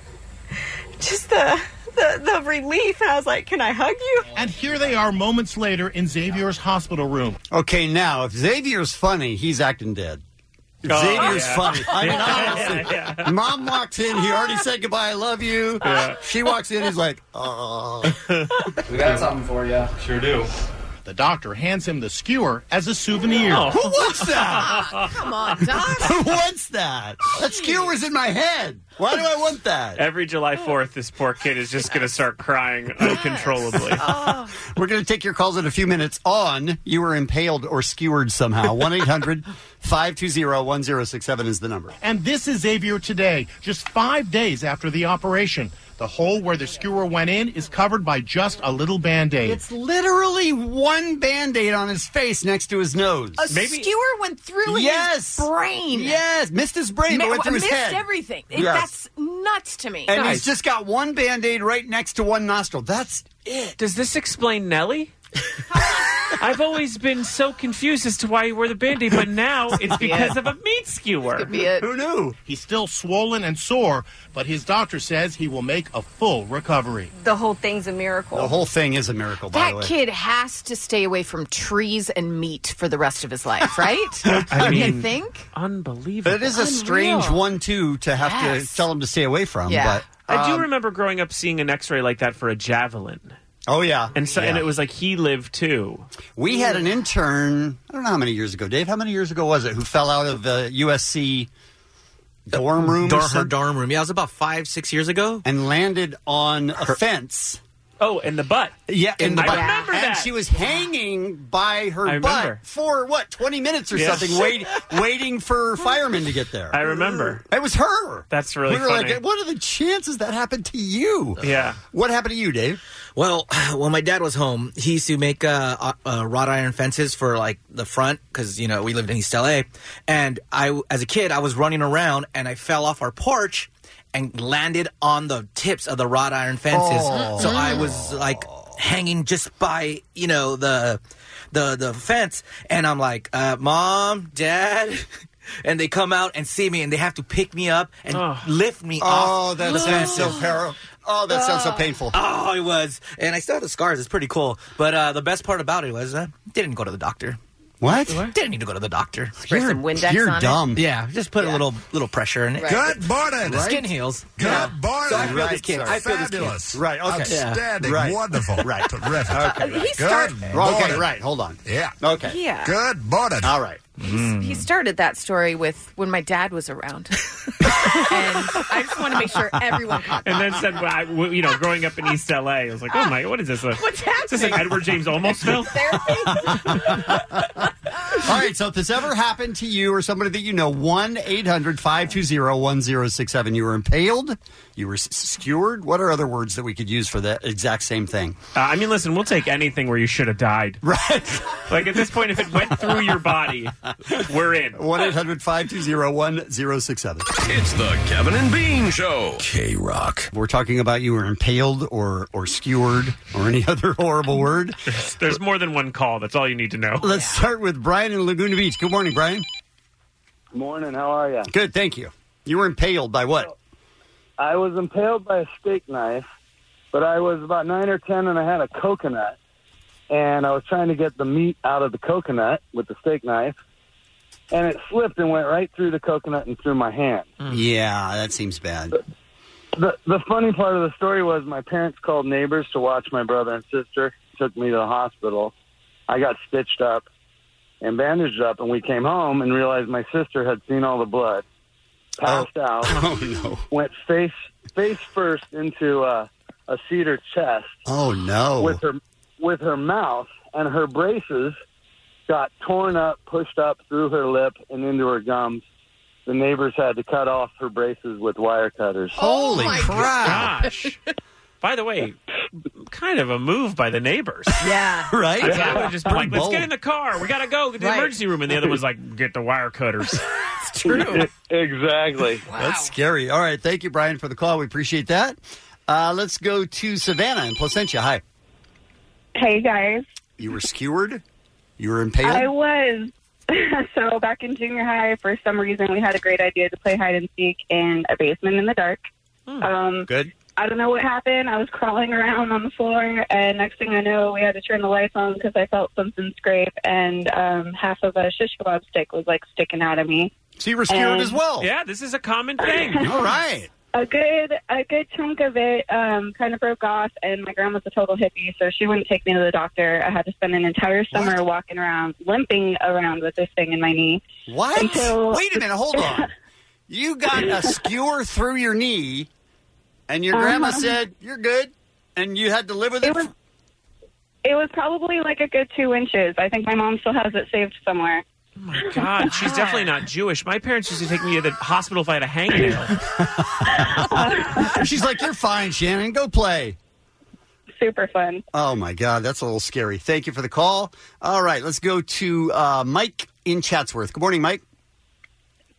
Speaker 17: just the the, the relief. I was like, "Can I hug you?"
Speaker 15: And here they are moments later in Xavier's hospital room.
Speaker 1: Okay, now, if Xavier's funny, he's acting dead. If
Speaker 15: Oh,
Speaker 1: Xavier's
Speaker 15: yeah.
Speaker 1: funny. I mean,
Speaker 15: [laughs] Yeah,
Speaker 1: honestly, mom walks in, he already said goodbye, I love you.
Speaker 15: Yeah.
Speaker 1: She walks in, he's like, oh.
Speaker 15: [laughs] We got something
Speaker 1: for you.
Speaker 15: Sure do. The doctor hands him the skewer as a souvenir.
Speaker 1: Oh.
Speaker 11: Oh.
Speaker 1: Who
Speaker 15: [laughs]
Speaker 1: wants that?
Speaker 3: Come on, Doc.
Speaker 1: Who wants that? That skewer's in my head. Why do I want that?
Speaker 2: Every July 4th, this poor kid is just going to start crying [laughs] uncontrollably.
Speaker 1: [laughs] We're going to take your calls in a few minutes on you were impaled or
Speaker 15: [laughs]
Speaker 1: skewered somehow. 1 800 520 1067 is the number.
Speaker 15: And this is Xavier today, just five days after the operation. The hole where the skewer went in is covered by just a little band aid.
Speaker 1: It's literally one band aid on his face next to his nose.
Speaker 3: A skewer went through
Speaker 1: Yes.
Speaker 3: his brain.
Speaker 1: Yes, missed his brain, but
Speaker 3: Mi-
Speaker 1: went through his
Speaker 3: missed
Speaker 1: head.
Speaker 3: everything. It-
Speaker 1: Yes.
Speaker 3: That's nuts to me.
Speaker 1: And he's just got one band aid right next to one nostril. That's it. [laughs]
Speaker 2: Does this explain Nelly? I've always been so confused as to why you wore the band aid, but now it's because of a meat skewer.
Speaker 15: Who knew? He's still swollen and sore, but his doctor says he will make a full recovery.
Speaker 17: The whole thing's a miracle.
Speaker 1: The whole thing is a miracle, Oh, by the
Speaker 4: That
Speaker 1: way.
Speaker 4: kid has to stay away from trees and meat for the rest of his life, right?
Speaker 1: [laughs] I mean-
Speaker 4: think.
Speaker 2: Unbelievable.
Speaker 1: But it is a strange
Speaker 4: Unreal.
Speaker 1: one-two to have
Speaker 4: Yes.
Speaker 1: to tell him to stay away from. But
Speaker 2: I do
Speaker 1: um,
Speaker 2: remember growing up seeing an X-ray like that for a javelin.
Speaker 1: Oh yeah,
Speaker 2: and so and
Speaker 1: Yeah.
Speaker 2: it was like he lived too.
Speaker 1: We had an intern. I don't know how many years ago, Dave. How many years ago was it? Who fell out of the USC dorm room?
Speaker 19: Dor-
Speaker 1: or
Speaker 19: her
Speaker 1: some-
Speaker 19: dorm room. Yeah, it was about five, six years ago,
Speaker 1: and landed on a fence.
Speaker 2: Oh, in the butt.
Speaker 1: Yeah, in
Speaker 19: In
Speaker 1: the
Speaker 19: the
Speaker 1: butt.
Speaker 19: butt. I remember
Speaker 1: and
Speaker 19: that.
Speaker 1: she was hanging by her
Speaker 19: I
Speaker 1: butt
Speaker 19: remember.
Speaker 1: for what twenty minutes or
Speaker 19: Yeah.
Speaker 1: something, wait, waiting for firemen to get there.
Speaker 2: I remember.
Speaker 1: It was her.
Speaker 2: That's really
Speaker 1: we were
Speaker 2: funny.
Speaker 1: like, what are the chances that happened to you?
Speaker 2: Yeah.
Speaker 1: What happened to you, Dave?
Speaker 19: Well, [sighs] when my dad was home, he used to make uh, uh, uh, wrought iron fences for like the front because you know we lived in East LA, and I, as a kid, I was running around and I fell off our porch and landed on the tips of the wrought iron fences.
Speaker 20: Oh.
Speaker 19: So I was like hanging just by you know the the the fence, and I'm like, uh, mom, dad. [laughs] And they come out and see me, and they have to pick me up and lift me off.
Speaker 1: Oh, that
Speaker 19: the
Speaker 1: sounds so
Speaker 19: fence.
Speaker 1: par- Oh, that sounds so painful.
Speaker 19: Oh, it was. And I still have the scars. It's pretty cool. But uh, the best part about it was uh, didn't go to the doctor.
Speaker 1: What?
Speaker 19: Didn't need to go to the doctor.
Speaker 4: Spray You're- some Windex
Speaker 1: you're on it? dumb.
Speaker 19: Yeah, just put a little little pressure in it.
Speaker 4: Right. Good
Speaker 19: The skin heals.
Speaker 20: Good
Speaker 19: Yeah.
Speaker 20: morning.
Speaker 19: So I feel this kid. I feel this
Speaker 20: Fabulous.
Speaker 19: kid.
Speaker 1: Right, okay.
Speaker 20: Outstanding.
Speaker 1: Yeah. Right.
Speaker 20: Wonderful.
Speaker 1: [laughs] Right.
Speaker 20: Terrific.
Speaker 1: Okay. He
Speaker 20: Good
Speaker 4: start-
Speaker 1: Okay,
Speaker 20: morning.
Speaker 1: right. Hold on.
Speaker 20: Yeah.
Speaker 1: Okay.
Speaker 4: Yeah.
Speaker 20: Good morning. Mm.
Speaker 1: All right.
Speaker 4: He started that story with when my dad was around. and I just want to make sure
Speaker 2: [laughs]
Speaker 4: everyone caught
Speaker 2: And then said, well, I- w- you know, growing up in East LA, I was like, oh my, what is
Speaker 4: [laughs]
Speaker 2: this? What's
Speaker 4: happening?
Speaker 2: Is this like Edward James Olmos film?
Speaker 1: All right, so if this ever happened to you or somebody that you know, 1 800 520 1067. You were impaled, you were s- skewered. What are other words that we could use for that exact same thing?
Speaker 2: Uh, I mean, listen, we'll take anything where you should have died.
Speaker 1: Right.
Speaker 2: [laughs] like at this point, if it went through your body, we're in.
Speaker 1: 1 800 520 1067.
Speaker 14: It's the Kevin and Bean Show.
Speaker 1: K Rock. We're talking about you were impaled or, or skewered or any [laughs] other horrible word.
Speaker 2: There's more than one call. That's all you need to know.
Speaker 1: Let's start with Brian in Laguna Beach. Good morning, Brian.
Speaker 21: Morning, how are you?
Speaker 1: Good, thank you. You were impaled by what?
Speaker 21: I was impaled by a steak knife, but I was about nine or ten and I had a coconut. And I was trying to get the meat out of the coconut with the steak knife. And it slipped and went right through the coconut and through my hand.
Speaker 1: Yeah, that seems bad.
Speaker 21: The, the funny part of the story was my parents called neighbors to watch my brother and sister, took me to the hospital. I got stitched up and bandaged up, and we came home and realized my sister had seen all the blood, passed
Speaker 1: Oh. [laughs]
Speaker 21: out, went face face first into uh, a cedar chest
Speaker 1: Oh, no.
Speaker 21: with her with her mouth, and her braces got torn up, pushed up through her lip and into her gums. The neighbors had to cut off her braces with wire cutters.
Speaker 1: Holy
Speaker 2: crap. Gosh. By the way, kind of a move by the neighbors.
Speaker 4: Yeah.
Speaker 1: Right?
Speaker 2: I, mean, I would have just been like, let's
Speaker 21: Bold.
Speaker 2: get in the car. We got to go. Get to the
Speaker 21: Right.
Speaker 2: emergency room. And the other was like, get the wire cutters. it's
Speaker 21: true. exactly.
Speaker 1: That's scary. All right. Thank you, Brian, for the call. We appreciate that. Uh, let's go to Savannah in Placentia. Hi.
Speaker 22: Hey guys,
Speaker 1: You were skewered. You were impaled.
Speaker 22: I was [laughs] so back in junior high. For some reason, we had a great idea to play hide and seek in a basement in the dark. Um,
Speaker 1: Good.
Speaker 22: I don't know what happened. I was crawling around on the floor, and next thing I know, we had to turn the lights on because I felt something scrape, and um, half of a shish kebab stick was like sticking out of me.
Speaker 1: So
Speaker 22: you were skewered as well.
Speaker 2: Yeah, this is a common thing.
Speaker 22: All right. A good a good chunk of it um, kind of broke off, and my grandma's a total hippie, so she wouldn't take me to the doctor. I had to spend an entire summer walking around, limping around with this thing in my knee.
Speaker 1: What?
Speaker 22: Until-
Speaker 1: Wait a minute.
Speaker 22: [laughs]
Speaker 1: Hold on. You got a skewer through your knee, and your grandma
Speaker 22: Uh-huh.
Speaker 1: said, You're good. And you had to live with it. f-
Speaker 22: It was probably like a good two inches. I think my mom still has it saved somewhere.
Speaker 2: God, she's definitely not Jewish. My parents used to take me to the hospital if I had a hangnail.
Speaker 1: [laughs] She's like, You're fine, Shannon. Go play.
Speaker 22: Super fun.
Speaker 1: Oh, my God. That's a little scary. Thank you for the call. All right. Let's go to uh, Mike in Chatsworth. Good morning, Mike.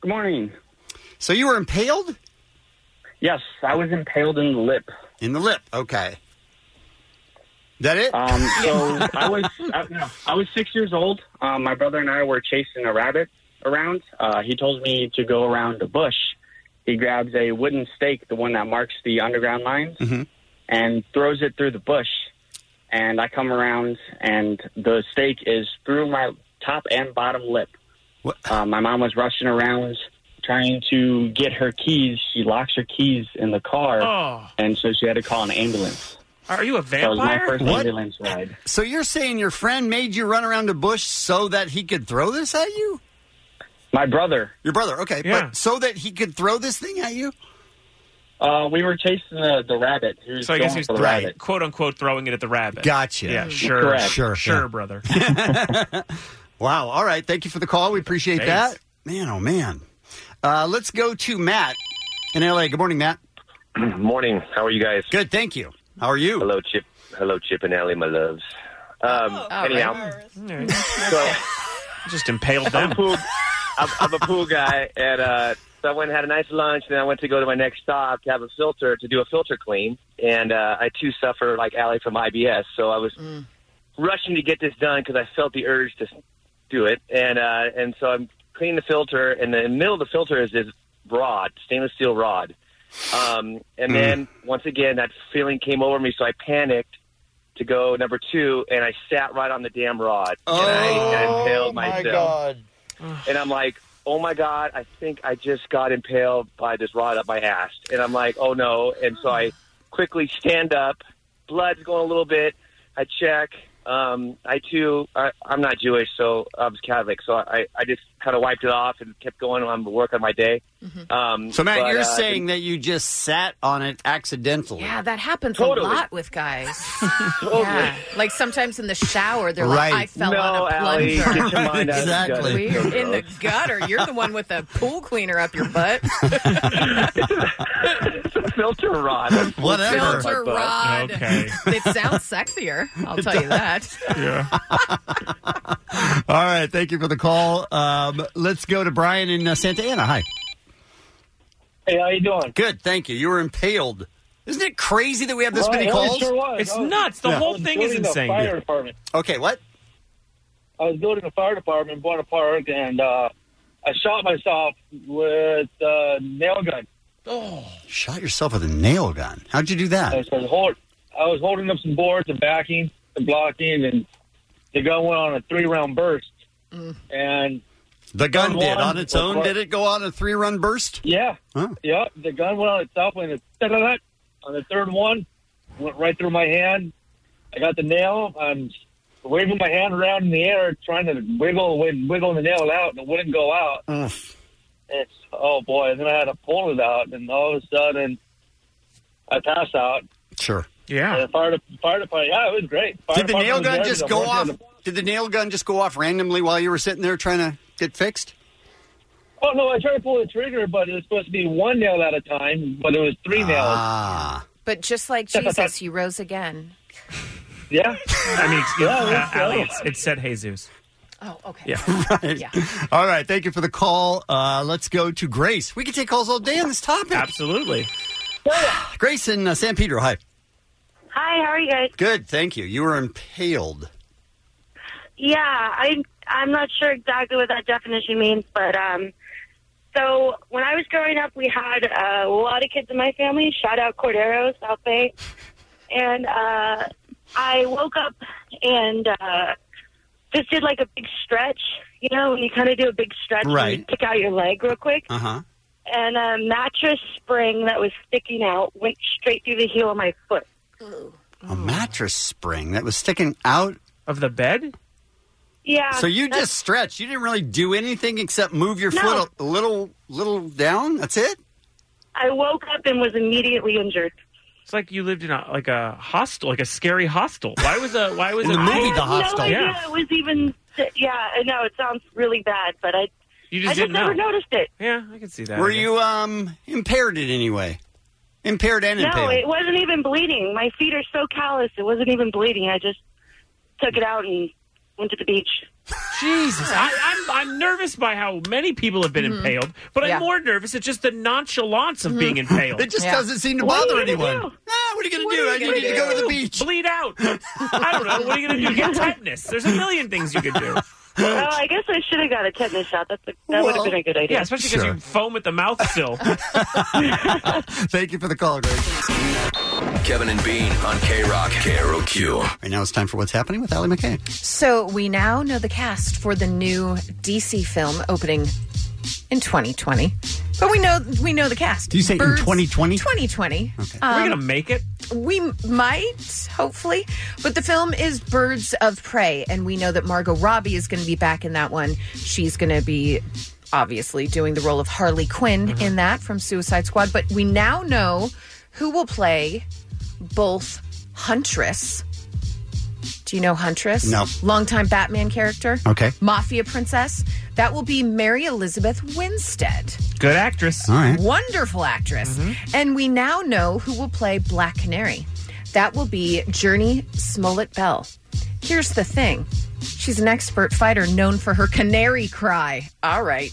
Speaker 23: Good morning.
Speaker 1: So you were impaled?
Speaker 23: Yes, I was impaled in the lip.
Speaker 1: In the lip, okay. That it?
Speaker 23: Um,
Speaker 1: [laughs]
Speaker 23: so I was I, no, I was six years old. Um, my brother and I were chasing a rabbit around. Uh, he told me to go around a bush. He grabs a wooden stake, the one that marks the underground lines,
Speaker 1: Mm-hmm.
Speaker 23: and throws it through the bush. And I come around, and the stake is through my top and bottom lip. Uh, my mom was rushing around trying to get her keys. She locks her keys in the car,
Speaker 2: Oh.
Speaker 23: and so she had to call an ambulance.
Speaker 2: Are you a
Speaker 23: That was my
Speaker 2: vampire?
Speaker 23: first ambulance ride.
Speaker 1: So you're saying your friend made you run around a bush so that he could throw this at you?
Speaker 23: My brother.
Speaker 1: Your brother, okay.
Speaker 23: Yeah.
Speaker 1: But so that he could
Speaker 22: Oh,
Speaker 1: throw this thing at you?
Speaker 23: Uh, we were chasing the, the rabbit. He was
Speaker 2: So I
Speaker 23: going
Speaker 2: guess he's
Speaker 23: for the
Speaker 2: right.
Speaker 23: rabbit.
Speaker 2: quote unquote throwing it at the rabbit.
Speaker 1: Gotcha.
Speaker 2: Yeah, sure.
Speaker 1: Correct.
Speaker 2: Sure,
Speaker 1: Sure,
Speaker 2: sure,
Speaker 1: yeah.
Speaker 2: [laughs] brother.
Speaker 1: Wow. All right. Thank you for the call. We appreciate
Speaker 2: Thanks.
Speaker 1: that. Man, oh, man. Uh, let's go to Matt in LA. Good morning, Matt.
Speaker 11: Morning. How are you guys?
Speaker 1: Good. Thank you. How are you?
Speaker 11: Hello, Chip. Hello, Chip and Allie, my loves. Um,
Speaker 1: Oh,
Speaker 11: anyhow, so
Speaker 2: [laughs] just impaled
Speaker 11: them. I'm a pool, I'm, I'm a pool guy, and uh, so I went and had a nice lunch, and then I went to go to my next stop to have a filter to do a filter clean, and uh, I too suffer like Allie from IBS, so I was rushing to get this done because I felt the urge to do it, and uh, and so I'm cleaning the filter, and the middle of the filter is this rod, stainless steel rod, um, and then once again that feeling came over me, so I panicked to go number two, and I sat right on the damn rod, and I
Speaker 1: Oh,
Speaker 11: impaled myself. And I'm like, oh my God, I think I just got impaled by this rod up my ass. And I'm like, oh no. And so I quickly stand up. Blood's going a little bit. I check. Um, I too, I, I'm not Jewish, so I was Catholic. So I, I just kind of wiped it off and kept going on to work on my day. Um,
Speaker 1: So, Matt,
Speaker 11: but,
Speaker 1: you're
Speaker 11: uh,
Speaker 1: saying that you just sat on it accidentally.
Speaker 4: Yeah, that happens
Speaker 11: Totally.
Speaker 4: a lot with guys.
Speaker 1: [laughs]
Speaker 4: Yeah, like sometimes in the shower, they're
Speaker 1: Right.
Speaker 4: like, "I fell
Speaker 1: No,
Speaker 4: on a
Speaker 1: Allie,
Speaker 4: plunger."
Speaker 1: get your mind out [laughs] of the gutter. Exactly.
Speaker 4: Weird. in the gutter. You're the one with the pool cleaner up your butt.
Speaker 1: [laughs]
Speaker 11: filter rod.
Speaker 4: Whatever. Filter
Speaker 11: My butt.
Speaker 4: rod.
Speaker 5: [laughs]
Speaker 4: It sounds sexier. I'll
Speaker 11: It
Speaker 4: tell you that.
Speaker 1: [laughs] All right. Thank you for the call. Um, let's go to Brian in uh, Santa Ana. Hi.
Speaker 23: Hey, how you doing?
Speaker 1: Good. Thank you. You were impaled. Isn't it crazy that we have this many calls?
Speaker 23: I was- Oh, I was building a Fire department.
Speaker 1: Okay, what?
Speaker 23: I was building a fire department in Buena Park, and uh, I shot myself with a nail gun.
Speaker 1: Oh. Shot yourself with a nail gun. How'd you do that?
Speaker 23: I was, hold, I was holding up some boards and backing and blocking, and the gun went on a three-round burst. And
Speaker 1: Mm. The gun did
Speaker 23: one
Speaker 1: on its
Speaker 23: was
Speaker 1: own.
Speaker 23: hard-
Speaker 1: Did it go on a three run burst?
Speaker 23: Yeah.
Speaker 1: Huh.
Speaker 23: Yep. The gun went on itself, and it on the third one went right through my hand. I got the nail. I'm waving my hand around in the air, trying to wiggle, wig- wiggle the nail out, and it wouldn't go out. It's oh boy! And then I had to pull it out, and all of a sudden, I pass out.
Speaker 1: Sure.
Speaker 23: And the fire, de- fire department. Yeah, it was great. Fire
Speaker 1: Did the
Speaker 23: department
Speaker 1: nail
Speaker 23: was
Speaker 1: gun
Speaker 23: there,
Speaker 1: just
Speaker 23: I'm
Speaker 1: go
Speaker 23: working on
Speaker 1: off?
Speaker 23: the-
Speaker 1: Did the nail gun just go off randomly while you were sitting there trying to get fixed?
Speaker 23: Oh no! I tried to pull the trigger, but it was supposed to be one nail at a time, but it was
Speaker 1: Oh,
Speaker 23: three nails.
Speaker 1: Ah.
Speaker 24: But just like Jesus, he rose again.
Speaker 23: Yeah.
Speaker 2: I mean, excuse
Speaker 24: Yeah,
Speaker 2: uh,
Speaker 24: that's
Speaker 2: Allie,
Speaker 24: right.
Speaker 2: it's, it said Jesus.
Speaker 24: Oh, okay.
Speaker 2: Yeah.
Speaker 1: [laughs] right. All right. Thank you for the call. Uh, let's go to Grace. We could take calls all day on this topic.
Speaker 2: Absolutely.
Speaker 1: [sighs] Grace in uh, San Pedro. Hi.
Speaker 25: Hi, how are you guys?
Speaker 1: Good. Thank you. You were impaled.
Speaker 25: Yeah, I I'm not sure exactly what that definition means, but um, so when I was growing up, we had a lot of kids in my family. Shout out Cordero, South Bay, and uh, I woke up and uh, just did like a big stretch. You know, when you kind of do a big stretch, and
Speaker 1: Right.
Speaker 25: you kick out your leg real quick.
Speaker 1: Uh huh.
Speaker 25: and a mattress spring that was sticking out went straight through the heel of my foot.
Speaker 1: A mattress spring that was sticking out
Speaker 2: of the bed.
Speaker 25: Yeah.
Speaker 1: So you
Speaker 25: that's-
Speaker 1: just stretched. You didn't really do anything except move your
Speaker 25: No.
Speaker 1: foot a, a little, little down. That's it.
Speaker 25: I woke up and was immediately injured.
Speaker 2: It's like you lived in a like a hostel, like a scary hostel. Why was a why was
Speaker 25: I
Speaker 2: a
Speaker 25: had No idea
Speaker 2: Yeah.
Speaker 25: it was even. Yeah, I know it sounds really bad, but I.
Speaker 2: You just
Speaker 25: I just
Speaker 2: didn't
Speaker 25: never
Speaker 2: know.
Speaker 25: noticed it.
Speaker 2: Yeah, I can see that.
Speaker 1: Were
Speaker 2: I guess.
Speaker 1: you um impaired in any way? Impaired and
Speaker 25: No,
Speaker 1: impaled.
Speaker 25: it wasn't even bleeding. My feet are so calloused; it wasn't even bleeding. I just took it out and Went to the beach.
Speaker 2: Jesus, I, I'm I'm nervous by how many people have been
Speaker 25: Mhm.
Speaker 2: impaled, but
Speaker 25: Yeah.
Speaker 2: I'm more nervous at just the nonchalance of
Speaker 25: Mhm.
Speaker 2: being impaled.
Speaker 25: [laughs] It just Yeah. doesn't seem to What are bother you gonna anyone. do?
Speaker 2: what are you
Speaker 25: gonna
Speaker 2: going
Speaker 25: do? I need to go to the
Speaker 2: beach. Bleed out. I don't know. What are you going to do? Get tetanus. There's a million things you could do.
Speaker 25: [laughs] oh, I guess I should have got a tetanus shot. That's a, that would have been a good idea.
Speaker 2: Yeah, especially because you foam at the mouth still.
Speaker 1: Thank you for the call, Greg.
Speaker 14: Kevin and Bean on K Rock. KROQ.
Speaker 1: Right now it's time for what's happening with Allie McKay.
Speaker 4: So we now know the cast for the new DC film opening in 2020. But we know we know the cast.
Speaker 1: Do you say in 2020?
Speaker 4: 2020.
Speaker 2: We're
Speaker 4: Um,
Speaker 2: going to make it.
Speaker 4: we might, hopefully. But the film is Birds of Prey, and we know that Margot Robbie is going to be back in that one. She's going to be obviously doing the role of Harley Quinn
Speaker 1: Mm-hmm.
Speaker 4: in that from Suicide Squad. But we now know who will play both Huntress. Do you know Huntress?
Speaker 1: No.
Speaker 4: Longtime Batman character.
Speaker 1: Okay.
Speaker 4: Mafia princess. That will be Mary Elizabeth Winstead.
Speaker 2: Good actress.
Speaker 1: All right. Mm-hmm.
Speaker 4: Wonderful actress. And we now know who will play Black Canary. That will be Journey Smollett Bell. Here's the thing she's an expert fighter known for her canary cry. All right.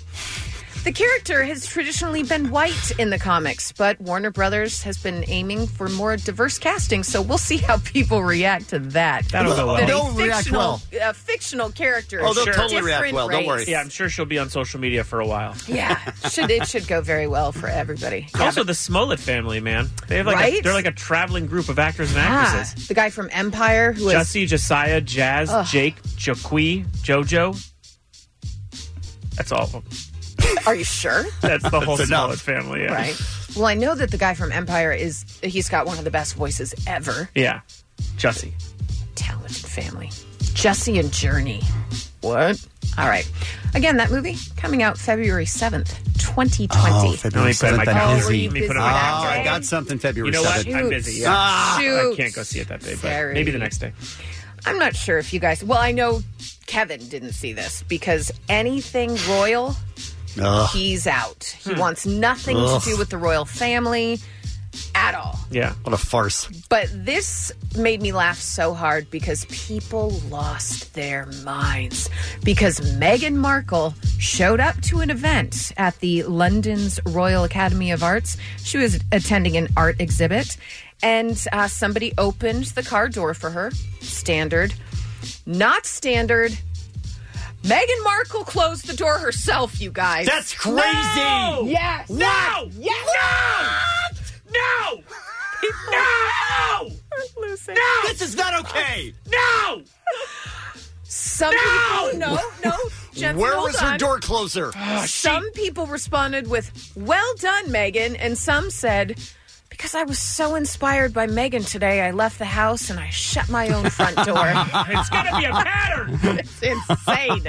Speaker 4: The character has traditionally been white in the comics, but Warner Brothers has been aiming for more diverse casting, so we'll see how people react to that.
Speaker 2: That'll go well.
Speaker 4: That a
Speaker 2: They'll react
Speaker 4: fictional-
Speaker 2: well.
Speaker 4: A fictional character.
Speaker 2: Oh, they'll
Speaker 4: totally
Speaker 2: react well.
Speaker 4: Don't worry.
Speaker 2: Yeah, I'm sure she'll be on social media for a while.
Speaker 4: Yeah, should it should go very well for everybody.
Speaker 2: Also, the Smollett family, man. They have like a,
Speaker 4: Right?
Speaker 2: they're like a traveling group of actors and
Speaker 4: Ah,
Speaker 2: actresses.
Speaker 4: the guy from Empire who was
Speaker 2: Jesse, Josiah, Jazz,
Speaker 4: Ugh.
Speaker 2: Jake, Joqui, JoJo. That's all of them.
Speaker 4: Are you sure?
Speaker 2: [laughs] That's the whole
Speaker 4: That's
Speaker 2: Smollett family, yeah.
Speaker 4: right. Well, I know that the guy from Empire is he's got one of the best voices ever.
Speaker 2: Yeah. Jesse.
Speaker 4: Talented family. Jesse and Journey. What? All right. Again, that movie coming out February 7th, 2020.
Speaker 1: Oh, February
Speaker 2: Let me put it in my
Speaker 1: 7th. I'm
Speaker 2: calendar.
Speaker 1: busy.
Speaker 2: Let me put it in my
Speaker 1: Ah,
Speaker 2: calendar.
Speaker 1: I got something February
Speaker 2: You know what?
Speaker 1: 7th.
Speaker 2: I'm busy.
Speaker 4: Shoots.
Speaker 2: Ah, I
Speaker 4: Shoots.
Speaker 2: can't go see it that day, but
Speaker 4: Sorry.
Speaker 2: maybe the next day.
Speaker 4: I'm not sure if you guys. Well, I know Kevin didn't see this because anything royal,
Speaker 2: Ugh.
Speaker 4: he's out. He
Speaker 2: Hmm.
Speaker 4: wants nothing
Speaker 1: Ugh.
Speaker 4: to do with the royal family at all.
Speaker 2: Yeah.
Speaker 1: What a farce.
Speaker 4: But this made me laugh so hard because people lost their minds. Because Meghan Markle showed up to an event at the London's Royal Academy of Arts. She was attending an art exhibit, and uh, somebody opened the car door for her. Standard. Not standard. Meghan Markle closed the door herself, you guys.
Speaker 25: That's crazy.
Speaker 4: No! Yes.
Speaker 25: No!
Speaker 4: Yes.
Speaker 2: No!
Speaker 25: No!
Speaker 4: We're losing.
Speaker 25: No!
Speaker 1: This is not okay.
Speaker 2: No!
Speaker 4: Some
Speaker 25: No!
Speaker 4: people, no, no. Jensen,
Speaker 1: Where
Speaker 4: hold
Speaker 1: was her
Speaker 4: on.
Speaker 1: door closer?
Speaker 2: Ah,
Speaker 4: some people responded with "Well done, Megan," and some said. Because I was so inspired by Megan today, I left the house and I shut my own front door.
Speaker 5: [laughs]
Speaker 25: [laughs] It's gonna be a
Speaker 2: pattern. [laughs]
Speaker 4: it's insane.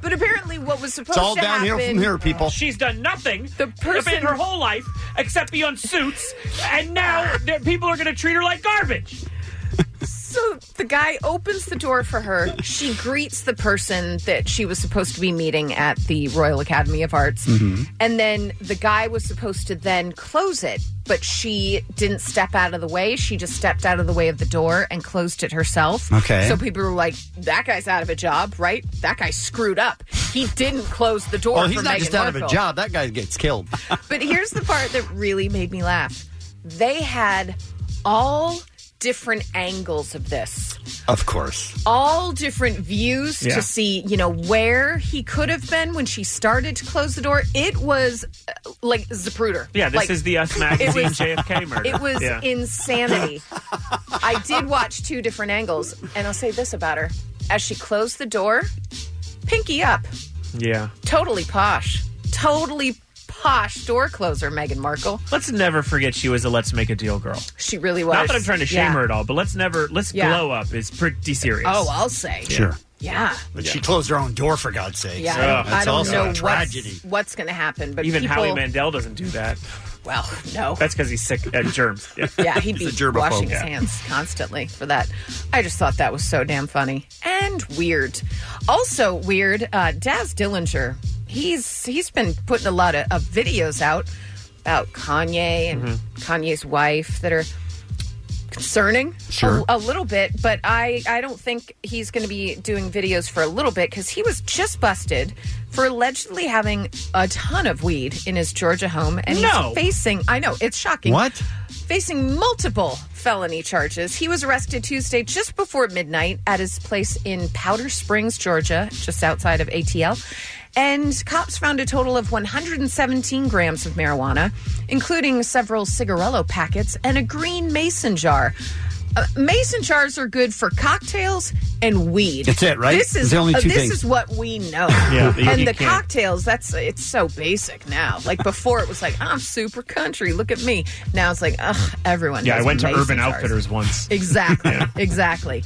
Speaker 4: But apparently, what was supposed
Speaker 1: It's all
Speaker 4: to happen?
Speaker 1: downhill from here, people.
Speaker 2: She's done nothing the
Speaker 4: person-
Speaker 2: her whole life except be on suits, and now
Speaker 4: Ah.
Speaker 2: there- people are going to treat her like garbage.
Speaker 4: So the guy opens the door for her. She greets the person that she was supposed to be meeting at the Royal Academy of Arts. And then the guy was supposed to then close it, but she didn't step out of the way. She just stepped out of the way of the door and closed it herself.
Speaker 1: Okay.
Speaker 4: So people were like, that guy's out of a job, right? That guy screwed up. He didn't close the door.
Speaker 1: Oh, he's
Speaker 4: for
Speaker 1: not
Speaker 4: Meghan
Speaker 1: just out of a
Speaker 4: Markle."
Speaker 1: job. That guy gets killed.
Speaker 4: But here's the part that really made me laugh. They had all different angles of this
Speaker 1: of course.
Speaker 4: all different views
Speaker 1: Yeah.
Speaker 4: to see, you know, where he could have been when she started to close the door. It was uh, like Zapruder.
Speaker 2: Yeah, this
Speaker 4: Like,
Speaker 2: is the Us
Speaker 4: it
Speaker 2: Magazine
Speaker 4: was-
Speaker 2: JFK murder.
Speaker 4: It was
Speaker 2: Yeah.
Speaker 4: insanity. I did watch two different angles, and I'll say this about her: as she closed the door, pinky up,
Speaker 2: Yeah.
Speaker 4: totally posh, totally posh door closer, Meghan Markle.
Speaker 2: Let's never forget she was a Let's Make a Deal girl.
Speaker 4: She really was.
Speaker 2: Not that I'm trying to shame
Speaker 4: Yeah.
Speaker 2: her at all, but let's never let's
Speaker 4: Yeah.
Speaker 2: glow up is pretty serious.
Speaker 4: Oh, I'll say.
Speaker 1: Sure.
Speaker 4: Yeah.
Speaker 1: But she closed her own door, for God's sake.
Speaker 4: Yeah, I don't, I
Speaker 1: That's
Speaker 4: don't
Speaker 1: also
Speaker 4: know
Speaker 1: a
Speaker 4: what's-
Speaker 1: tragedy.
Speaker 4: what's, going to happen, but
Speaker 2: Even
Speaker 4: people,
Speaker 2: Howie Mandel doesn't do that.
Speaker 4: Well, no.
Speaker 2: That's because he's sick at germs. Yeah,
Speaker 4: [laughs] Yeah, he'd be washing his hands constantly for that. I just thought that was so damn funny and weird. Also weird, uh, Daz Dillinger. He's he's been putting a lot of, of videos out about Kanye and
Speaker 2: Mhm.
Speaker 4: Kanye's wife that are concerning
Speaker 1: Sure.
Speaker 4: a, a little bit but i i don't think he's going to be doing videos for a little bit because he was just busted for allegedly having a ton of weed in his georgia home and
Speaker 26: No.
Speaker 4: he's facing i know it's shocking
Speaker 26: What?
Speaker 4: facing multiple felony charges he was arrested tuesday just before midnight at his place in powder springs georgia just outside of atl and cops found a total of 117 grams of marijuana, including several cigarello packets and a green mason jar. Uh, mason jars are good for cocktails and weed.
Speaker 1: That's it, right?
Speaker 4: This is
Speaker 1: It's the only
Speaker 4: uh,
Speaker 1: two
Speaker 4: this
Speaker 1: things.
Speaker 4: is what we know.
Speaker 26: [laughs]
Speaker 1: Yeah, you-
Speaker 4: and
Speaker 1: you
Speaker 4: the
Speaker 1: can't-
Speaker 4: cocktails. That's it's so basic now. Like before, it was like I'm super country. Look at me. Now it's like ugh, everyone.
Speaker 26: Yeah, I
Speaker 4: has
Speaker 26: went to
Speaker 4: mason
Speaker 26: Urban
Speaker 4: jars.
Speaker 26: Outfitters once. [laughs]
Speaker 4: Exactly. Exactly.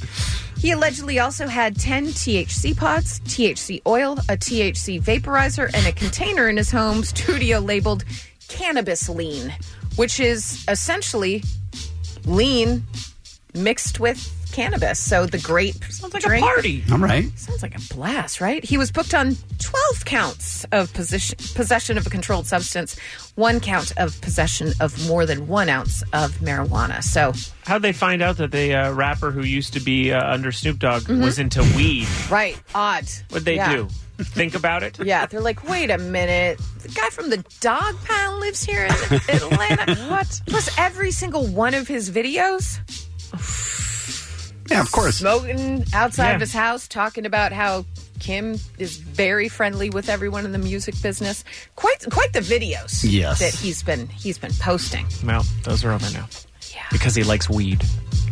Speaker 4: He allegedly also had 10 THC pods, THC oil, a THC vaporizer, and a container in his home studio labeled cannabis lean, which is essentially lean mixed with cannabis. So the grape sounds like drink.
Speaker 1: All right.
Speaker 4: Sounds like a blast, right? He was booked on 12 counts of position, possession of a controlled substance, one count of possession of more than one ounce of marijuana. So
Speaker 2: How'd they find out that the uh, rapper who used to be uh, under Snoop Dogg was into weed?
Speaker 4: Right. Odd.
Speaker 2: What'd they
Speaker 4: Mm-hmm. Yeah.
Speaker 2: do? Think about it?
Speaker 4: [laughs] Yeah, they're like, wait a minute. The guy from the dog pound lives here in
Speaker 2: [laughs]
Speaker 4: Atlanta. what? Plus, every single one of his videos,
Speaker 1: Yeah, of course.
Speaker 4: smoking outside
Speaker 1: Yeah.
Speaker 4: of his house, talking about how Kim is very friendly with everyone in the music business. Quite, quite the videos.
Speaker 2: Yes.
Speaker 4: that he's been he's been posting.
Speaker 2: Well, those are over now. Yeah. Because he likes weed.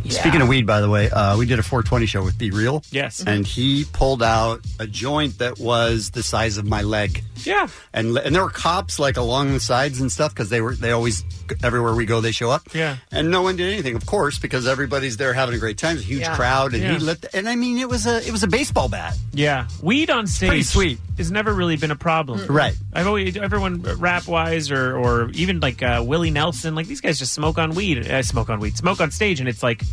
Speaker 1: Speaking of weed, by the way, uh, we did a 420 show with Be Real.
Speaker 2: Yes.
Speaker 1: And he pulled out a joint that was the size of my leg.
Speaker 2: Yeah.
Speaker 1: And and there were cops like along the sides and stuff because they were they always everywhere we go they show up.
Speaker 2: Yeah.
Speaker 1: And no one did anything, of course, because everybody's there having a great time. It's a huge
Speaker 2: Yeah.
Speaker 1: crowd, and
Speaker 2: Yeah.
Speaker 1: he let. The, and I mean, it was a it was a baseball bat.
Speaker 2: Yeah, weed on stage
Speaker 1: pretty sweet.
Speaker 2: has never really been a problem,
Speaker 1: Mm. Right.
Speaker 2: I've always everyone rap wise or or even like uh, Willie Nelson, like these guys just smoke on weed, uh, smoke on weed, smoke on stage, and it's like.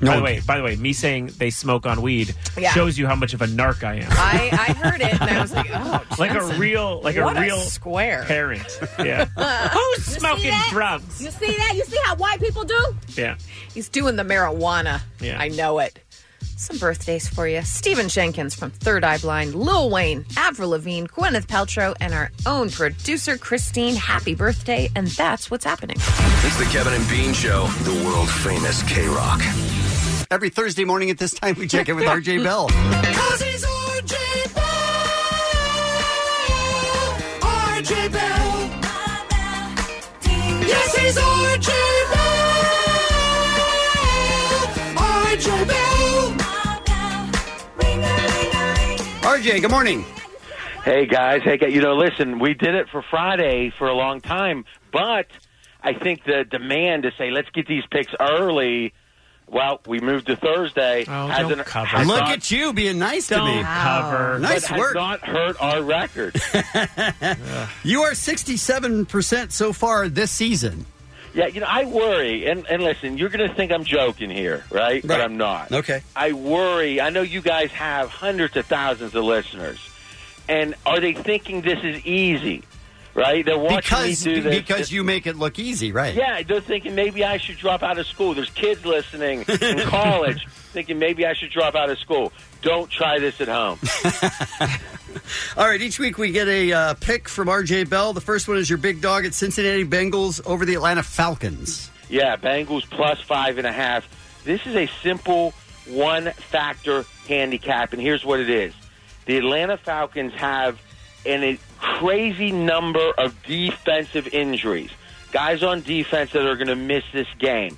Speaker 1: No
Speaker 2: by the
Speaker 1: one
Speaker 2: way, by the way, me saying they smoke on weed
Speaker 4: Yeah.
Speaker 2: shows you how much of a narc I am.
Speaker 4: I, I heard it and I was like, oh,
Speaker 2: [laughs] like a
Speaker 4: Jensen,
Speaker 2: real, like
Speaker 4: what
Speaker 2: a real
Speaker 4: square
Speaker 2: parent.
Speaker 4: [laughs]
Speaker 2: Yeah,
Speaker 4: Who's
Speaker 2: smoking drugs?
Speaker 4: You see that? You see how white people do?
Speaker 2: yeah.
Speaker 4: He's doing the marijuana.
Speaker 2: Yeah.
Speaker 4: I know it. Some birthdays for you. Stephen Jenkins from Third Eye Blind, Lil Wayne, Avril Lavigne, Gwyneth Paltrow, and our own producer, Christine. Happy birthday. And that's what's happening.
Speaker 14: It's the Kevin and Bean Show, the world famous K Rock.
Speaker 1: Every Thursday morning at this time, we check in
Speaker 2: [laughs]
Speaker 1: with RJ Bell.
Speaker 5: Cause he's RJ Bell. RJ Bell. Yes, he's RJ Bell. RJ Bell.
Speaker 1: RJ, good morning.
Speaker 20: Hey guys, hey guys, you know, listen, we did it for Friday for a long time, but I think the demand to say let's get these picks early. Well, we moved to Thursday.
Speaker 1: Oh,
Speaker 20: Hasn't-
Speaker 1: don't cover.
Speaker 20: has
Speaker 1: Look
Speaker 20: not-
Speaker 1: at you being nice to
Speaker 20: Don't
Speaker 1: me.
Speaker 20: cover.
Speaker 1: Nice
Speaker 20: But has
Speaker 1: work.
Speaker 20: not hurt our record.
Speaker 1: you are 67% so far this season.
Speaker 20: Yeah, you know, I worry, and, and listen, you're going to think I'm joking here, right? But I'm not.
Speaker 1: Okay.
Speaker 20: I worry. I know you guys have hundreds of thousands of listeners, and are they thinking this is easy? Right? They're watching
Speaker 1: Because,
Speaker 20: me do this.
Speaker 1: because you make it look easy, right?
Speaker 20: Yeah, they're thinking maybe I should drop out of school. There's kids listening
Speaker 1: [laughs]
Speaker 20: in college thinking maybe I should drop out of school. Don't try this at home.
Speaker 1: All right, each week we get a uh, pick from RJ Bell. The first one is your big dog at Cincinnati Bengals over the Atlanta Falcons.
Speaker 20: Yeah, Bengals plus five and a half. This is a simple one factor handicap, and here's what it is the Atlanta Falcons have an, a crazy number of defensive injuries, guys on defense that are going to miss this game.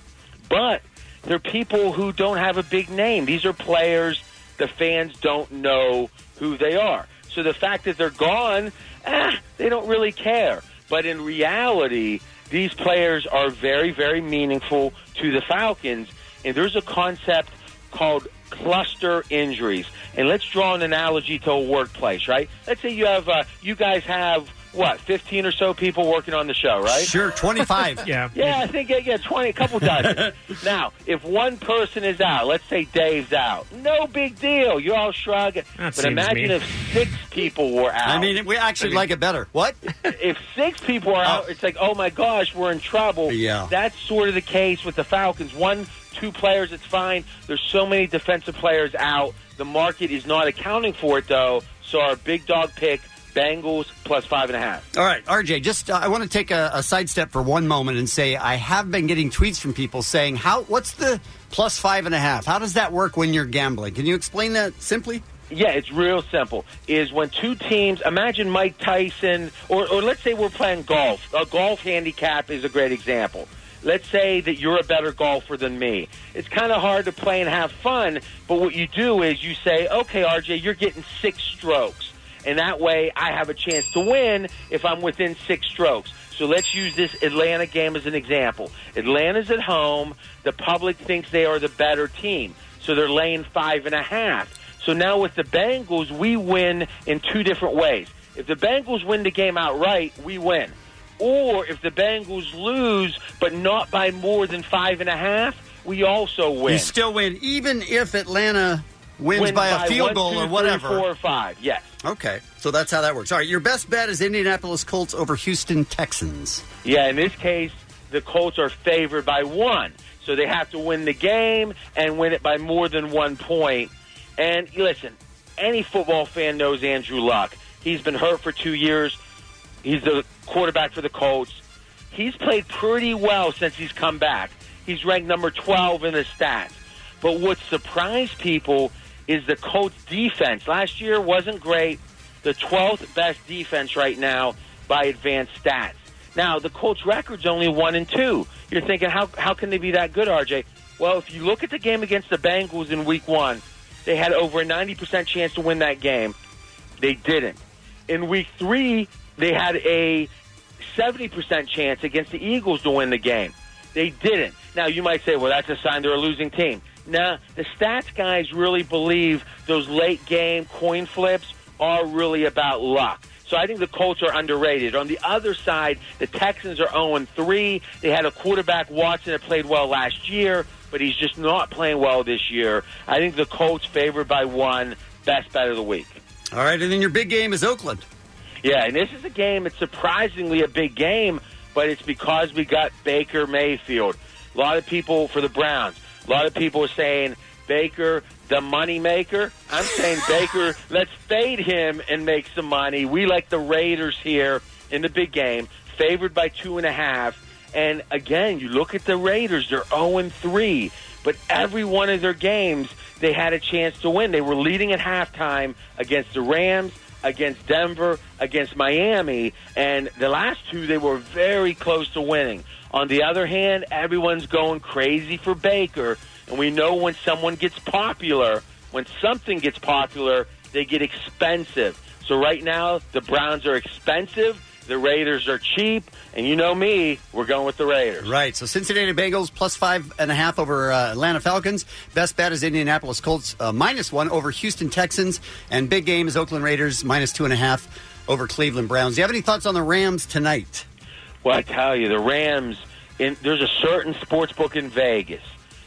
Speaker 20: But they're people who don't have a big name. These are players the fans don't know who they are. So the fact that they're gone, eh, they don't really care. But in reality, these players are very, very meaningful to the Falcons. And there's a concept called cluster injuries. And let's draw an analogy to a workplace, right? Let's say you have, uh, you guys have what, 15 or so people working on the show, right?
Speaker 1: Sure,
Speaker 20: [laughs]
Speaker 1: 25.
Speaker 2: yeah.
Speaker 20: Yeah, I think yeah, yeah, twenty, a couple dozen. [laughs] now, if one person is out, let's say Dave's out, no big deal. You all shrug. but
Speaker 1: seems
Speaker 20: imagine
Speaker 1: mean.
Speaker 20: if six people were out.
Speaker 1: I mean, we actually like it better. What?
Speaker 20: [laughs] if six people are out, it's like, oh my gosh, oh we're in trouble.
Speaker 1: Yeah.
Speaker 20: That's sort of the case with the Falcons. One two players, it's fine. There's so many defensive players out. The market is not accounting for it, though. So our big dog pick, Bengals plus five and a half.
Speaker 1: All right, RJ, just uh, I want to take a, a sidestep for one moment and say I have been getting tweets from people saying, how? what's the plus five and a half? How does that work when you're gambling? Can you explain that simply?
Speaker 20: Yeah, it's real simple. Is when two teams, imagine Mike Tyson, or, or let's say we're playing golf. A golf handicap is a great example. Let's say that you're a better golfer than me. It's kind of hard to play and have fun, but what you do is you say, okay, RJ, you're getting six strokes. And that way I have a chance to win if I'm within six strokes. So let's use this Atlanta game as an example. Atlanta's at home. The public thinks they are the better team. So they're laying five and a half. So now with the Bengals, we win in two different ways. If the Bengals win the game outright, we win. Or if the Bengals lose, but not by more than five and a half, we also win.
Speaker 1: You still win, even if Atlanta wins
Speaker 20: Win
Speaker 1: by a
Speaker 20: by
Speaker 1: field
Speaker 20: one,
Speaker 1: goal
Speaker 20: two,
Speaker 1: or
Speaker 20: three,
Speaker 1: whatever.
Speaker 20: four or five, yes.
Speaker 1: Okay, so that's how that works. All right, your best bet is Indianapolis Colts over Houston Texans.
Speaker 20: Yeah, in this case, the Colts are favored by one. So they have to win the game and win it by more than one point. And listen, any football fan knows Andrew Luck. He's been hurt for two years. He's the quarterback for the Colts. He's played pretty well since he's come back. He's ranked number 12 in the stats. But what surprised people is the Colts defense. Last year wasn't great. The 12th best defense right now by advanced stats. Now, the Colts record's only 1 and 2. You're thinking how how can they be that good, RJ? Well, if you look at the game against the Bengals in week 1, they had over a 90% chance to win that game. They didn't. In week 3, they had a 70% chance against the Eagles to win the game. They didn't. Now, you might say, well, that's a sign they're a losing team. Nah, the stats guys really believe those late game coin flips are really about luck. So I think the Colts are underrated. On the other side, the Texans are 0 3. They had a quarterback, Watson, that played well last year, but he's just not playing well this year. I think the Colts favored by one, best bet of the week.
Speaker 1: All right, and then your big game is Oakland.
Speaker 20: Yeah, and this is a game. It's surprisingly a big game, but it's because we got Baker Mayfield. A lot of people for the Browns. A lot of people are saying Baker the money maker. I'm saying Baker. Let's fade him and make some money. We like the Raiders here in the big game, favored by two and a half. And again, you look at the Raiders. They're zero and three, but every one of their games they had a chance to win. They were leading at halftime against the Rams against Denver, against Miami, and the last two they were very close to winning. On the other hand, everyone's going crazy for Baker, and we know when someone gets popular, when something gets popular, they get expensive. So right now, the Browns are expensive, the Raiders are cheap, and you know me, we're going with the Raiders.
Speaker 1: Right, so Cincinnati Bengals plus five and a half over uh, Atlanta Falcons. Best bet is Indianapolis Colts uh, minus one over Houston Texans. And big game is Oakland Raiders minus two and a half over Cleveland Browns. Do you have any thoughts on the Rams tonight?
Speaker 20: Well, I tell you, the Rams. In, there's a certain sports book in Vegas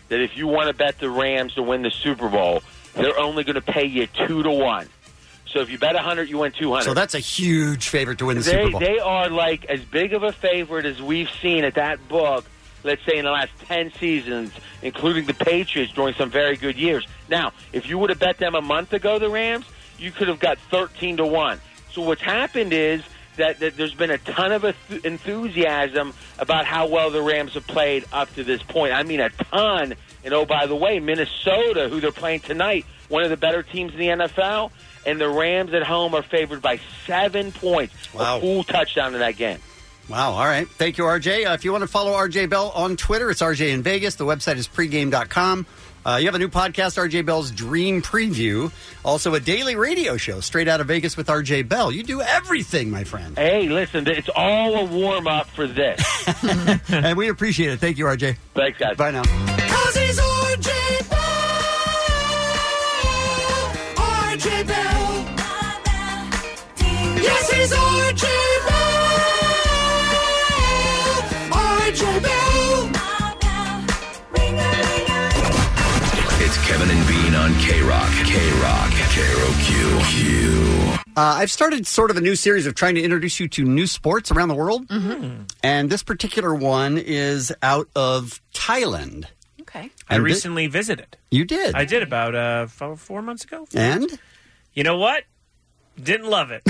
Speaker 20: that if you want to bet the Rams to win the Super Bowl, they're only going to pay you two to one. So if you bet a hundred, you win two hundred.
Speaker 1: So that's a huge favorite to win the
Speaker 20: they,
Speaker 1: Super Bowl.
Speaker 20: They are like as big of a favorite as we've seen at that book, let's say in the last 10 seasons, including the Patriots during some very good years. Now, if you would have bet them a month ago, the Rams, you could have got 13 to 1. So what's happened is that, that there's been a ton of enth- enthusiasm about how well the Rams have played up to this point. I mean, a ton. And oh, by the way, Minnesota, who they're playing tonight, one of the better teams in the NFL, and the Rams at home are favored by seven points. A full touchdown in that game.
Speaker 1: Wow. All right. Thank you, RJ. Uh, if you want to follow RJ Bell on Twitter, it's RJ in Vegas. The website is pregame.com. Uh, you have a new podcast, RJ Bell's Dream Preview. Also, a daily radio show straight out of Vegas with RJ Bell. You do everything, my friend.
Speaker 20: Hey, listen, it's all a warm up for this.
Speaker 1: [laughs] and we appreciate it. Thank you, RJ.
Speaker 20: Thanks, guys.
Speaker 1: Bye now.
Speaker 5: Cause he's RJ Bell. RJ Bell. Yes, he's RJ Bell. RJ Bell.
Speaker 14: It's Kevin and Bean on K Rock. K Rock. K Rock. Q.
Speaker 1: Uh, I've started sort of a new series of trying to introduce you to new sports around Mm-hmm. the world. And this particular one is out of Thailand.
Speaker 4: Okay.
Speaker 2: I
Speaker 1: And thi-
Speaker 2: recently visited.
Speaker 1: You did.
Speaker 2: I did about uh, four, four months ago.
Speaker 1: And
Speaker 2: You know what? Didn't love [laughs] it.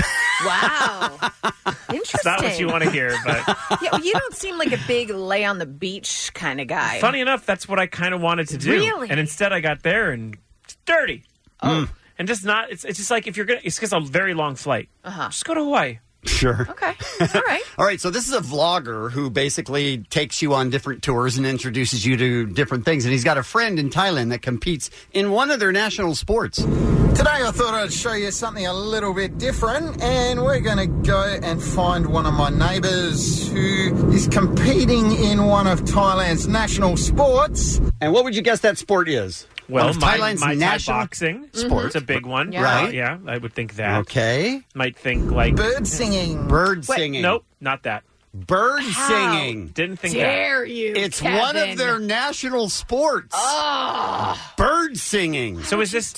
Speaker 4: Interesting.
Speaker 2: It's not what you want to hear, but
Speaker 4: yeah, well, you don't seem like a big lay on the beach kind of guy.
Speaker 2: funny enough, that's what [laughs] I kind of wanted to do.
Speaker 4: Really?
Speaker 2: And instead, I got there and it's dirty. Oh. And just not. It's, it's just like if you're gonna. It's because a very long flight. Uh-huh. Just go to Hawaii.
Speaker 1: Sure. [laughs]
Speaker 4: Okay. All right.
Speaker 1: All right. So this is a vlogger who basically takes you on different tours and introduces you to different things. And he's got a friend in Thailand that competes in one of their national sports.
Speaker 26: Today I thought I'd show you something a little bit different, and we're going to go and find one of my neighbours who is competing in one of Thailand's national sports.
Speaker 1: And what would you guess that sport is?
Speaker 2: Well,
Speaker 1: One of
Speaker 2: my,
Speaker 1: Thailand's
Speaker 2: my
Speaker 1: national
Speaker 2: Thai boxing
Speaker 1: sport.
Speaker 2: It's a big one,
Speaker 1: Yeah.
Speaker 2: Uh,
Speaker 1: Right.
Speaker 2: yeah, I would think that.
Speaker 1: Okay.
Speaker 2: Might think like
Speaker 26: bird singing.
Speaker 1: Bird singing.
Speaker 2: Nope, not that.
Speaker 1: Bird singing.
Speaker 2: Didn't think
Speaker 1: Dare
Speaker 2: that.
Speaker 1: you, It's one of Kevin. their national sports.
Speaker 2: Oh.
Speaker 1: Bird singing.
Speaker 2: So is this?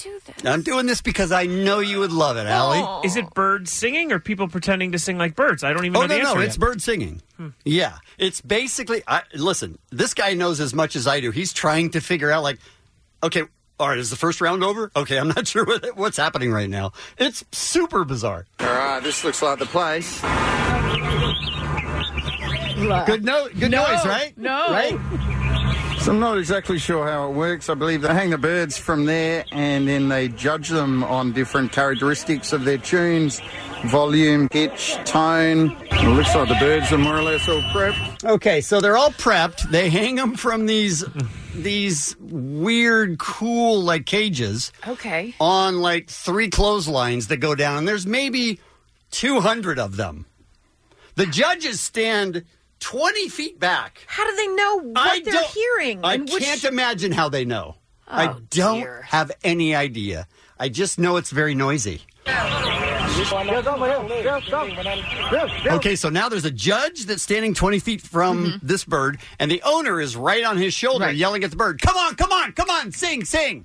Speaker 1: I'm doing this because I know you would love it, Allie.
Speaker 2: Is it bird singing or people pretending to sing like birds? I don't even
Speaker 1: Oh
Speaker 2: know the
Speaker 1: no,
Speaker 2: answer. Hmm.
Speaker 1: no, it's bird singing. Yeah, it's basically. I, listen, this guy knows as much as I do. He's trying to figure out, like, okay, all right, is the first round over? Okay, I'm not [laughs] sure what, what's happening right now. It's super bizarre.
Speaker 26: All right, Uh, this looks like the place.
Speaker 1: Good no, good noise, right?
Speaker 26: No.
Speaker 1: right?
Speaker 26: So I'm not exactly sure how it works. I believe they hang the birds from there and then they judge them on different characteristics of their tunes, volume, pitch, tone. It looks like the birds are more or less all prepped.
Speaker 1: Okay, so they're all prepped. They hang them from these these weird, cool like cages.
Speaker 4: Okay.
Speaker 1: on like three clotheslines that go down. And there's maybe 200 of them. The judges stand 20 feet back.
Speaker 4: How do they know what
Speaker 1: I
Speaker 4: they're
Speaker 1: don't-
Speaker 4: hearing?
Speaker 1: I
Speaker 4: and which-
Speaker 1: can't imagine how they know. I
Speaker 4: Oh,
Speaker 1: don't have any idea. I just know it's very noisy. Okay, so now there's a judge that's standing 20 feet from
Speaker 2: Mm-hmm.
Speaker 1: this bird, and the owner is right on his shoulder yelling at the bird, Come on, come on, come on, sing, sing.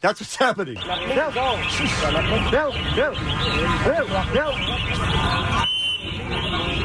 Speaker 1: That's what's happening.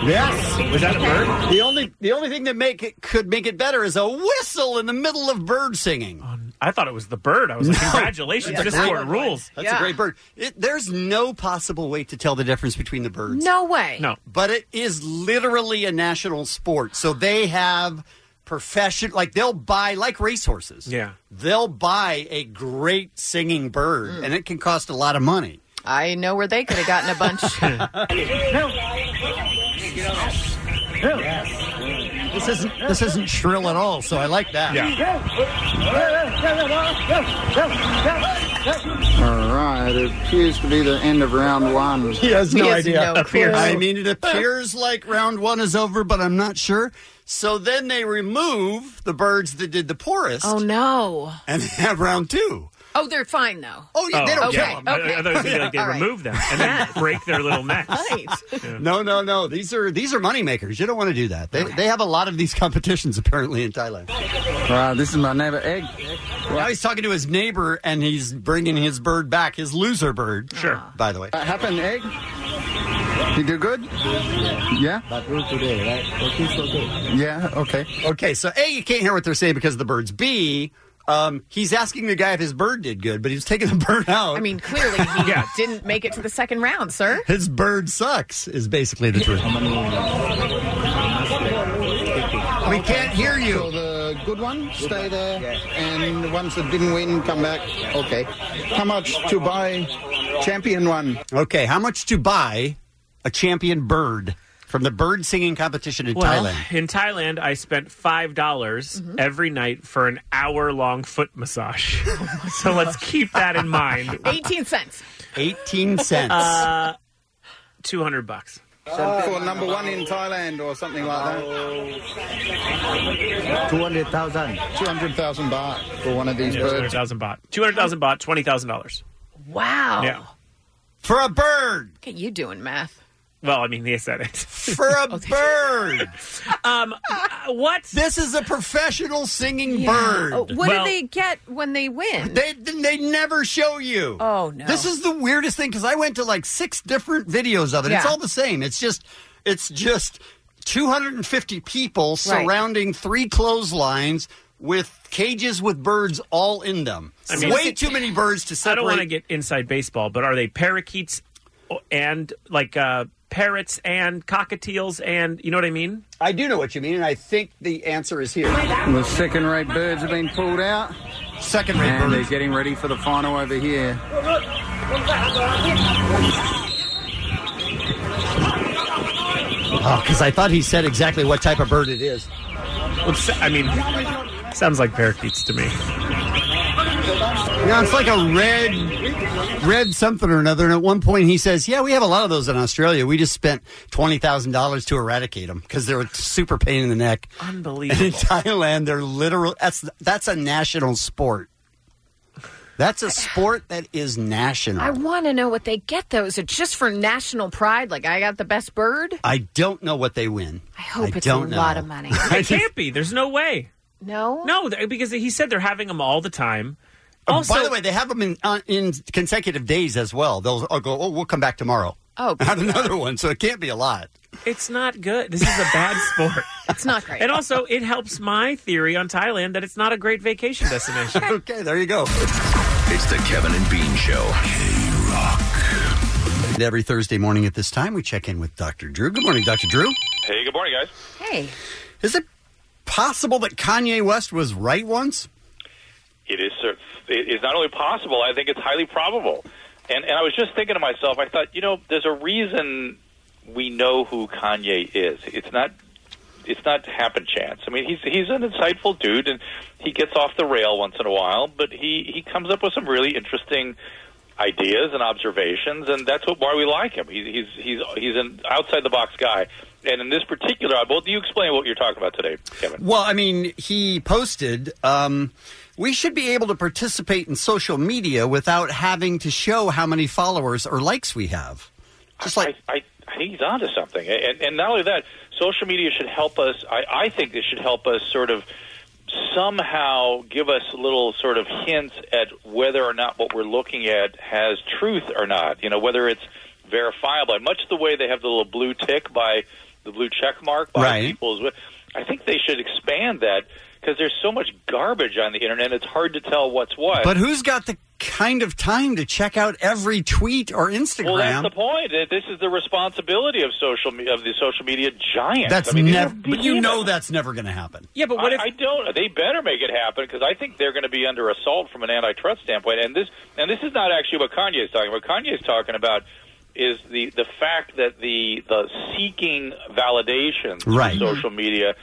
Speaker 1: Yes.
Speaker 2: Was that a bird?
Speaker 1: The only the only thing that make it could make it better is a whistle in the middle of bird singing.
Speaker 2: Um, I thought it was the bird. I was like, congratulations,
Speaker 1: That's a
Speaker 2: this
Speaker 1: great
Speaker 2: sport
Speaker 1: one.
Speaker 2: rules.
Speaker 1: That's a great bird. It, there's no possible way to tell the difference between the birds.
Speaker 4: No way.
Speaker 2: No.
Speaker 1: But it is literally a national sport. So they have profession like they'll buy like racehorses.
Speaker 2: Yeah.
Speaker 1: They'll buy a great singing bird and it can cost a lot of money.
Speaker 4: Mm. I know where they could have gotten a bunch.
Speaker 1: This isn't this isn't shrill at all, so I like that.
Speaker 26: All right, it appears to be the end of round one.
Speaker 1: He has no idea.
Speaker 26: [laughs]
Speaker 1: I mean, it appears like round one is over, but I'm not sure. So then they remove the birds that did the poorest.
Speaker 4: Oh, no.
Speaker 1: And [laughs] they have round two.
Speaker 4: oh, they're fine though.
Speaker 1: Oh, yeah, they don't
Speaker 4: okay.
Speaker 1: kill 'em.
Speaker 2: I,
Speaker 4: Okay.
Speaker 2: I thought it was going to be like they
Speaker 4: All right.
Speaker 2: remove them and then break their little necks.
Speaker 1: No, no, no. These are these are moneymakers. You don't want to do that. They, they have a lot of these [laughs] competitions apparently in Thailand.
Speaker 26: Right, this is my neighbor Egg.
Speaker 1: Now he's talking to his neighbor and he's bringing his bird back, his loser bird. Sure. By the way.
Speaker 26: That happened, Egg? You do good? Yeah? That was today, right? so good. Yeah, okay.
Speaker 1: Okay, so A, you can't hear what they're saying because of the birds. B, um, he's asking the guy if his bird did good, but he was taking the [laughs] bird out.
Speaker 4: I mean, clearly
Speaker 2: [laughs]
Speaker 4: he didn't make it to the second round, sir.
Speaker 1: His bird sucks is basically the truth. We can't hear you.
Speaker 26: So the good one, stay there, and the ones that didn't win, come back. Okay. How much to buy champion one?
Speaker 1: Okay, how much to buy a champion bird from the bird singing competition in
Speaker 2: Well,
Speaker 1: Thailand?
Speaker 2: in Thailand, I spent five dollars every night for an hour-long foot massage. so let's keep that in mind.
Speaker 4: 18 cents.
Speaker 1: 18 cents.
Speaker 2: Uh, Two hundred bucks.
Speaker 26: For number one in Thailand or something like that.
Speaker 1: 200,000.
Speaker 26: 200,000 baht for one of these
Speaker 2: Yeah,
Speaker 26: birds.
Speaker 2: 200,000 baht. 200,000 baht, $20,000.
Speaker 4: Wow.
Speaker 2: Yeah.
Speaker 1: For a bird.
Speaker 4: Look at you doing math.
Speaker 2: Well, I mean, they said it.
Speaker 1: For a bird.
Speaker 2: um, what?
Speaker 1: This is a professional singing bird.
Speaker 4: Oh, what do they get when they win?
Speaker 1: They they never show you.
Speaker 4: Oh no.
Speaker 1: This is the weirdest thing because I went to like six different videos of it. It's
Speaker 4: Yeah.
Speaker 1: all the same. It's just it's just 250 people surrounding three clotheslines with cages with birds all in them.
Speaker 2: I mean-
Speaker 1: Way too many birds to separate.
Speaker 2: I don't want to get inside baseball, but are they parakeets and like uh, parrots and cockatiels and you know what I mean?
Speaker 1: I do know what you mean, and I think the answer is here. [laughs]
Speaker 26: The second-rate birds have been pulled out.
Speaker 1: Second-rate
Speaker 26: and
Speaker 1: birds.
Speaker 26: they're getting ready for the final over here.
Speaker 1: Oh, because I thought he said exactly what type of bird it is.
Speaker 2: I mean, sounds like parakeets to me.
Speaker 1: Yeah, it's like a red, red something or another. And at one point, he says, "Yeah, we have a lot of those in Australia. We just spent twenty thousand dollars to eradicate them because they're a super pain in the neck."
Speaker 2: Unbelievable.
Speaker 1: And in Thailand, they're literal. That's that's a national sport. That's a sport that is national.
Speaker 3: I want to know what they get though. Is it just for national pride? Like I got the best bird?
Speaker 1: I don't know what they win. I
Speaker 3: hope it's a
Speaker 1: don't
Speaker 3: lot
Speaker 1: know. [laughs]
Speaker 3: of money.
Speaker 2: It can't be. There's no way.
Speaker 3: No.
Speaker 2: No, th- because he said they're having them all the time.
Speaker 1: Oh,
Speaker 2: Also,
Speaker 1: by the way, they have them in uh, in consecutive days as well. They'll I'll go. Oh, we'll come back tomorrow. [laughs]
Speaker 3: Oh,
Speaker 1: Not another one. So it can't be a lot.
Speaker 2: it's not good. This is a
Speaker 1: [laughs]
Speaker 2: bad sport.
Speaker 3: it's not great.
Speaker 2: And also, it helps my theory on Thailand that it's not a great vacation destination.
Speaker 1: [laughs] okay, there you go.
Speaker 14: It's the Kevin and Bean Show.
Speaker 1: And every Thursday morning at this time, we check in with Dr. Drew. Good morning, Dr. Drew.
Speaker 27: Hey, good morning, guys.
Speaker 3: Hey.
Speaker 1: Is it possible that Kanye West was right once?
Speaker 27: It is cer- it is not only possible, I think it's highly probable. And and I was just thinking to myself, I thought, you know, there's a reason we know who Kanye is. It's not it's not happen chance. I mean, he's he's an insightful dude and he gets off the rail once in a while, but he he comes up with some really interesting ideas and observations, and that's what why we like him. He's he's he's he's an outside the box guy. And in this particular, well, do you explain what you're talking about today, Kevin?
Speaker 1: Well, I mean, he posted, um, we should be able to participate in social media without having to show how many followers or likes we have. Just like,
Speaker 27: I, I think he's onto something. And, and not only that, social media should help us. I, I think it should help us sort of somehow give us little sort of hints at whether or not what we're looking at has truth or not. You know, whether it's verifiable. Much the way they have the little blue tick by the blue check mark by
Speaker 1: Right.
Speaker 27: people's. I think they should expand that because there's so much garbage on the internet. It's hard to tell what's what.
Speaker 1: but who's got the kind of time to check out every tweet or Instagram?
Speaker 27: Well, that's the point. Uh, This is the responsibility of social me- of the social media giants.
Speaker 1: That's
Speaker 27: I mean, these
Speaker 1: never,
Speaker 27: are
Speaker 1: but you
Speaker 27: behemoths.
Speaker 1: know that's never going to happen.
Speaker 2: Yeah, but what
Speaker 27: I,
Speaker 2: if-
Speaker 27: I don't? They better make it happen because I think they're going to be under assault from an antitrust standpoint. And this and this is not actually what Kanye is talking about. Kanye is talking about is the the fact that the the seeking validation through
Speaker 6: Right.
Speaker 27: social media.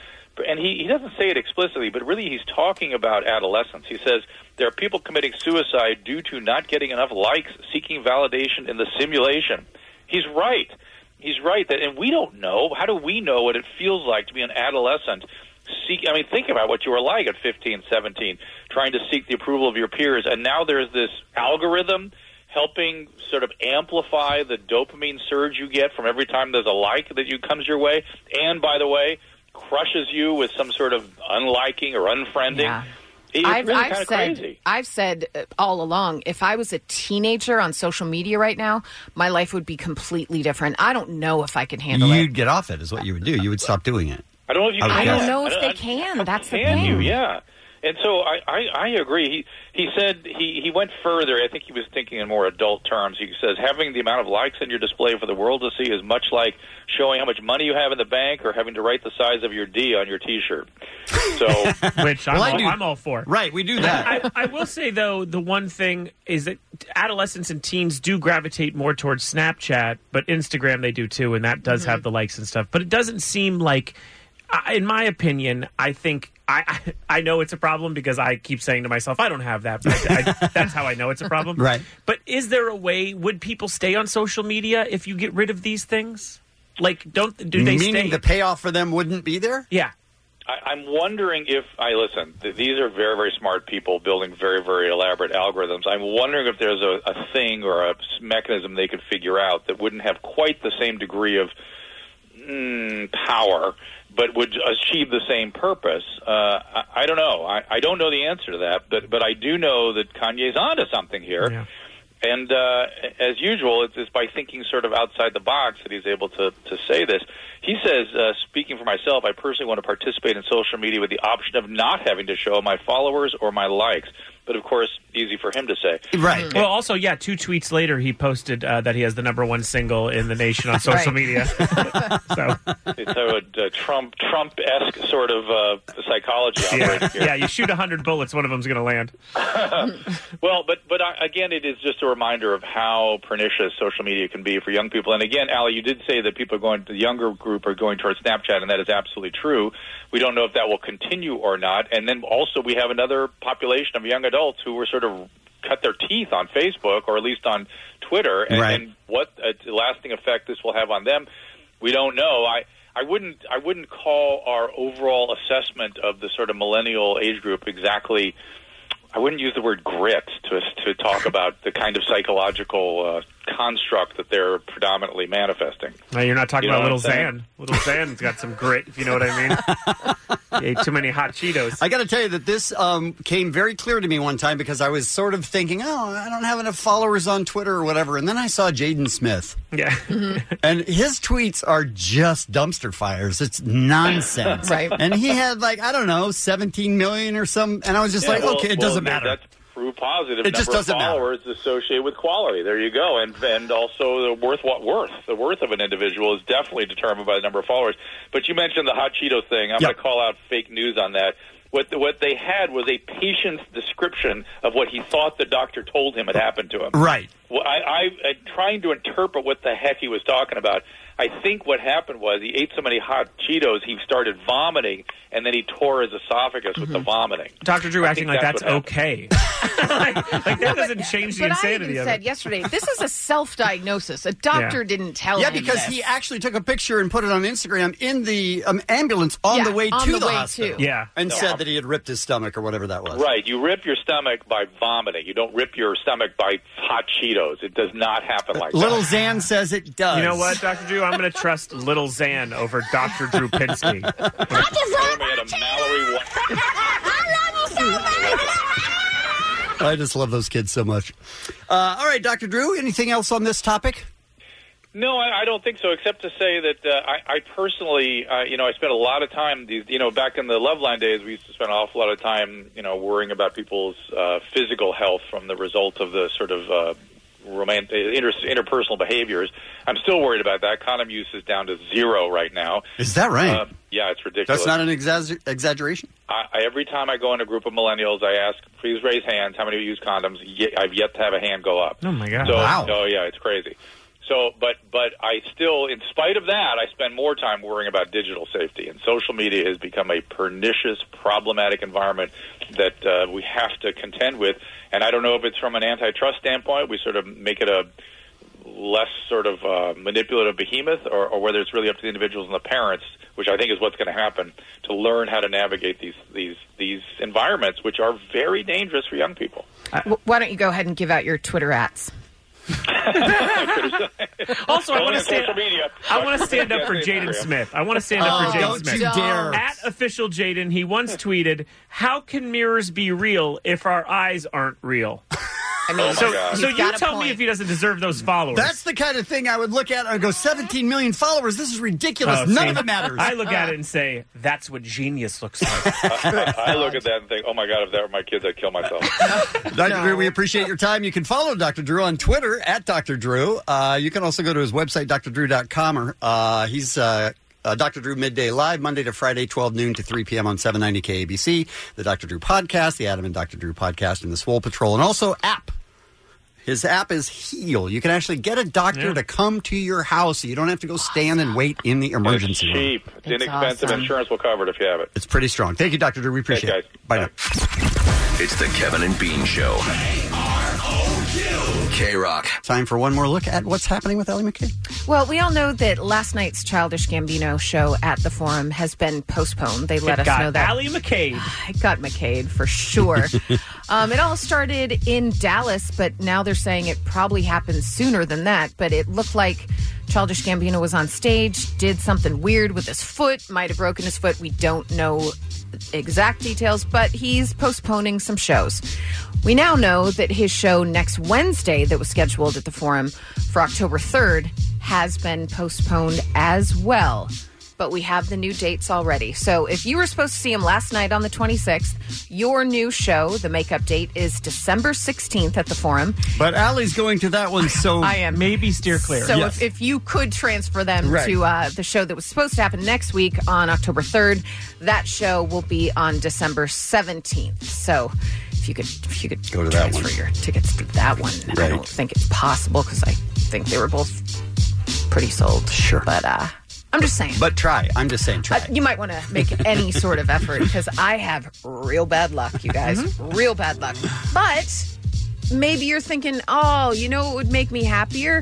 Speaker 27: And he, he doesn't say it explicitly, but really he's talking about adolescence. He says there are people committing suicide due to not getting enough likes, seeking validation in the simulation. He's right. He's right that, and we don't know. How do we know what it feels like to be an adolescent? Seek. I mean, think about what you were like at 15, 17, trying to seek the approval of your peers, and now there's this algorithm helping sort of amplify the dopamine surge you get from every time there's a like that you comes your way, and by the way, crushes you with some sort of unliking or unfriending. It's
Speaker 3: I've,
Speaker 27: really kind
Speaker 3: I've
Speaker 27: of
Speaker 3: said
Speaker 27: crazy.
Speaker 3: I've said uh, all along if I was a teenager on social media right now, my life would be completely different. I don't know if I can handle
Speaker 1: You'd
Speaker 3: it.
Speaker 1: get off it, is what you would do. You would stop doing it.
Speaker 27: I don't know if you.
Speaker 1: I
Speaker 27: can
Speaker 1: would
Speaker 3: I
Speaker 1: guess.
Speaker 3: don't know
Speaker 27: I
Speaker 3: if
Speaker 27: don't-
Speaker 3: they can. That's the
Speaker 27: can
Speaker 3: thing.
Speaker 27: you?
Speaker 1: Mm.
Speaker 27: Yeah. And so I, I, I agree. He he said he, he went further. I think he was thinking in more adult terms. He says having the amount of likes in your display for the world to see is much like showing how much money you have in the bank or having to write the size of your D on your T-shirt.
Speaker 2: [laughs]
Speaker 27: So
Speaker 2: which I'm, all, I'm all for.
Speaker 1: Right, we do
Speaker 2: that. I, I will say though, the one thing is that adolescents and teens do gravitate more towards Snapchat, but Instagram they do too, and that does have the likes and stuff. But it doesn't seem like, I- in my opinion, I think. I, [laughs] I I know it's a problem because I keep saying to myself I don't have that. But I, I- that's how I know it's a problem.
Speaker 1: [laughs] Right.
Speaker 2: But is there a way? Would people stay on social media if you get rid of these things? Like, don't do they
Speaker 1: Meaning
Speaker 2: stay?
Speaker 1: the payoff for them wouldn't be there?
Speaker 2: Yeah.
Speaker 27: I, I'm wondering if I listen. Th- these are very, very smart people building very, very elaborate algorithms. I'm wondering if there's a, a thing or a s- mechanism they could figure out that wouldn't have quite the same degree of mm, power, but would achieve the same purpose. Uh, I, I don't know. I, I don't know the answer to that, but but I do know that Kanye's onto something here. And uh, as usual, it's, it's by thinking sort of outside the box that he's able to, to say this. He says, uh, speaking for myself, I personally want to participate in social media with the option of not having to show my followers or my likes. But of course, easy for him
Speaker 2: [laughs]
Speaker 27: to say.
Speaker 1: Right.
Speaker 2: Mm-hmm. Well, also, yeah, two tweets later, he posted uh, that he has the number one single in the nation
Speaker 3: [laughs]
Speaker 2: on social
Speaker 27: Right.
Speaker 2: media.
Speaker 27: It's a, a Trump Trump esque sort of uh, psychology.
Speaker 2: Yeah,
Speaker 27: operating here.
Speaker 2: yeah you shoot 100 bullets, one of them's going to land.
Speaker 27: [laughs] well, but but uh, again, it is just a reminder of how pernicious social media can be for young people. And again, Ali, you did say that people are going the younger group are going towards Snapchat, and that is absolutely true. We don't know if that will continue or not. And then also we have another population of young adults who were sort of cut their teeth on Facebook or at least on Twitter, and,
Speaker 1: Right.
Speaker 27: and what a lasting effect this will have on them, we don't know. I. I wouldn't. I wouldn't call our overall assessment of the sort of millennial age group exactly I wouldn't use the word grit to to talk about the kind of psychological uh, construct that they're predominantly manifesting.
Speaker 2: No, you're not talking
Speaker 27: You know
Speaker 2: about little
Speaker 27: what I'm saying?
Speaker 2: Zan. Little Zan's got some grit, if you know what I mean.
Speaker 1: [laughs]
Speaker 2: he ate too many hot Cheetos.
Speaker 1: I got to tell you that this um, came very clear to me one time because I was sort of thinking, oh, I don't have enough followers on Twitter or whatever. And then I saw Jaden Smith.
Speaker 2: Yeah.
Speaker 3: Mm-hmm.
Speaker 1: and his tweets are just dumpster fires. It's nonsense.
Speaker 5: Right.
Speaker 1: And he had like, I don't know, 17 million or some. And I was just
Speaker 27: Yeah,
Speaker 1: like,
Speaker 27: well-
Speaker 1: okay, it
Speaker 27: well,
Speaker 1: doesn't
Speaker 27: that-
Speaker 1: matter.
Speaker 27: That's proof positive.
Speaker 1: It just
Speaker 27: number
Speaker 1: doesn't
Speaker 27: of
Speaker 1: matter.
Speaker 27: followers associated with quality. There you go, and and also the worth what worth the worth of an individual is definitely determined by the number of followers. But you mentioned the hot Cheeto thing. I'm going to call out fake news on that. What the, what they had was a patient's description of what he thought the doctor told him had happened to him.
Speaker 1: Right.
Speaker 27: Well, I, I, I trying to interpret what the heck he was talking about. I think what happened was he ate so many hot Cheetos, he started vomiting, and then he tore his esophagus with
Speaker 1: Mm-hmm.
Speaker 27: the vomiting.
Speaker 2: Dr. Drew
Speaker 27: I
Speaker 2: acting
Speaker 27: think
Speaker 2: like
Speaker 27: that's
Speaker 2: that's,
Speaker 27: what
Speaker 2: okay.
Speaker 27: happened.
Speaker 2: [laughs] like, like, that doesn't change the
Speaker 3: But I
Speaker 2: insanity
Speaker 3: even
Speaker 2: of
Speaker 3: said
Speaker 2: it.
Speaker 3: yesterday, this is a self-diagnosis. A doctor didn't tell
Speaker 1: Yeah,
Speaker 3: him
Speaker 1: because
Speaker 3: this.
Speaker 1: he actually took a picture and put it on Instagram in the um, ambulance on
Speaker 3: Yeah,
Speaker 1: the way
Speaker 3: on
Speaker 1: to
Speaker 3: the
Speaker 1: the,
Speaker 3: way
Speaker 1: hospital.
Speaker 3: to. Yeah.
Speaker 1: And
Speaker 27: No.
Speaker 1: said that he had ripped his stomach or whatever that was.
Speaker 27: Right. You rip your stomach by vomiting. You don't rip your stomach by hot Cheetos. It does not happen like
Speaker 1: Little
Speaker 27: that.
Speaker 1: Zan says it does.
Speaker 2: You know what, Dr. Drew? I'm going to trust Little Zan over Dr. Drew Pinsky.
Speaker 3: [laughs]
Speaker 1: [laughs] I just love those kids so much. Uh, all right, Dr. Drew, anything else on this topic?
Speaker 27: No, I, I don't think so. Except to say that uh, I, I personally, uh, you know, I spent a lot of time. These, you know, back in the Loveline days, we used to spend an awful lot of time, you know, worrying about people's uh, physical health from the result of the sort of uh, romantic inter, interpersonal behaviors. I'm still worried about that. Condom use is down to zero right now.
Speaker 1: Is that right?
Speaker 27: Uh, yeah, it's ridiculous.
Speaker 1: That's not an exagger- exaggeration.
Speaker 27: I, I, every time I go in a group of millennials, I ask, please raise hands. How many of you use condoms? Ye- I've yet to have a hand go up.
Speaker 2: Oh, my God.
Speaker 27: So,
Speaker 2: Wow.
Speaker 27: Oh yeah, it's crazy. So, but but I still, in spite of that, I spend more time worrying about digital safety and social media has become a pernicious, problematic environment that uh, we have to contend with. And I don't know if it's from an antitrust standpoint, we sort of make it a less sort of uh, manipulative behemoth, or, or whether it's really up to the individuals and the parents, which I think is what's going to happen, to learn how to navigate these these these environments, which are very dangerous for young people. [laughs]
Speaker 3: Uh, W- Why don't you go ahead and give out your Twitter ats?
Speaker 2: [laughs] Also, I want
Speaker 3: Only
Speaker 2: to
Speaker 3: on
Speaker 2: stand.
Speaker 3: social media.
Speaker 2: I want to stand up for Jaden Smith. I want to stand up for Jaden
Speaker 3: Oh, don't
Speaker 2: Smith.
Speaker 3: you dare.
Speaker 2: At official Jaden, he once tweeted, "How can mirrors be real if our eyes aren't
Speaker 1: [laughs]
Speaker 2: real?" I
Speaker 3: mean,
Speaker 2: so,
Speaker 1: my God.
Speaker 2: so
Speaker 1: He's
Speaker 2: you
Speaker 1: got a
Speaker 2: tell me
Speaker 1: point.
Speaker 2: if he doesn't deserve those followers.
Speaker 1: That's the kind of thing I would look at and go, 17 million followers. This is ridiculous.
Speaker 2: Oh,
Speaker 1: None
Speaker 2: see,
Speaker 1: of it matters. Uh.
Speaker 2: I look at it and say, "That's what genius looks like."
Speaker 27: I, I look at that and think, oh my god, if that were my kids, I'd kill myself.
Speaker 1: Dr. Drew, we appreciate your time. You can follow Dr. Drew on Twitter at Dr. Drew. Uh, you can also go to his website, drdrew.com. Or, uh, he's uh, uh, Dr. Drew Midday Live, Monday to Friday, 12 noon to 3 p.m. on 790 KABC, the Dr. Drew podcast, the Adam and Dr. Drew podcast, and the Swole Patrol, and also app. His app is Heal. You can actually get a doctor to come to your house so you don't have to go stand and wait in the emergency room.
Speaker 27: Cheap, it's inexpensive.
Speaker 1: awesome.
Speaker 27: Insurance will cover it if you have it.
Speaker 1: It's pretty strong. Thank you, Dr. Drew. We appreciate it. Bye now.
Speaker 14: It's the Kevin and Bean Show. K Rock.
Speaker 1: Time for one more look at what's happening with Ellie McKay.
Speaker 3: Well, we all know that last night's Childish Gambino show at the Forum has been postponed. They let
Speaker 2: It
Speaker 3: us
Speaker 2: got
Speaker 3: know that.
Speaker 2: Ally McCabe.
Speaker 3: [sighs] It got McCade
Speaker 2: [laughs]
Speaker 3: for [laughs] sure. um, it all started in Dallas, but now they're saying it probably happened sooner than that. But it looked like
Speaker 4: Childish Gambino was on stage, did something weird with his foot, might have broken his foot. We don't know exact details, but he's postponing some shows. We now know that his show next Wednesday, that was scheduled at the Forum for October 3rd, has been postponed as well. But we have the new dates already. So if you were supposed to see him last night on the 26th, your new show, the makeup date, is December 16th at the Forum.
Speaker 1: But Allie's going to that one, so
Speaker 4: I am.
Speaker 1: maybe steer
Speaker 4: So if, if you could transfer them
Speaker 1: Right.
Speaker 4: to uh, the show that was supposed to happen next week on October 3rd, that show will be on December 17th. So if you could if you could
Speaker 1: Go to that
Speaker 4: transfer
Speaker 1: one.
Speaker 4: your tickets to that one. I don't
Speaker 1: Right.
Speaker 4: think it's possible because I think they were both pretty sold. Sure. But uh, I'm just saying.
Speaker 1: But try. I'm just saying try.
Speaker 4: Uh, you might want to make any sort of effort because I have real bad luck, you guys.
Speaker 1: Mm-hmm.
Speaker 4: Real bad luck. But maybe you're thinking, oh, you know what would make me happier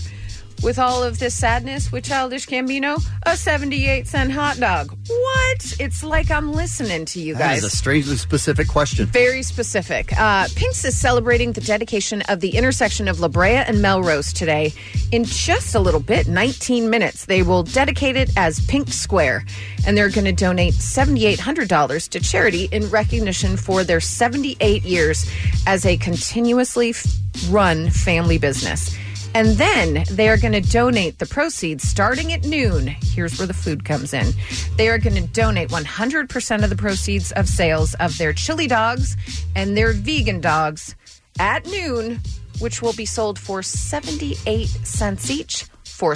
Speaker 4: with all of this sadness with Childish Gambino? A 78 cent hot dog. What? It's like I'm listening to you
Speaker 1: that
Speaker 4: guys.
Speaker 1: is a strangely specific question.
Speaker 4: Very specific. Uh, Pink's is celebrating the dedication of the intersection of La Brea and Melrose today. In just a little bit, 19 minutes, they will dedicate it as Pink Square, and they're going to donate $7,800 to charity in recognition for their 78 years as a continuously f- run family business. And then they are going to donate the proceeds starting at noon. Here's where the food comes in. They are going to donate 100% of the proceeds of sales of their chili dogs and their vegan dogs at noon, which will be sold for 78 cents each for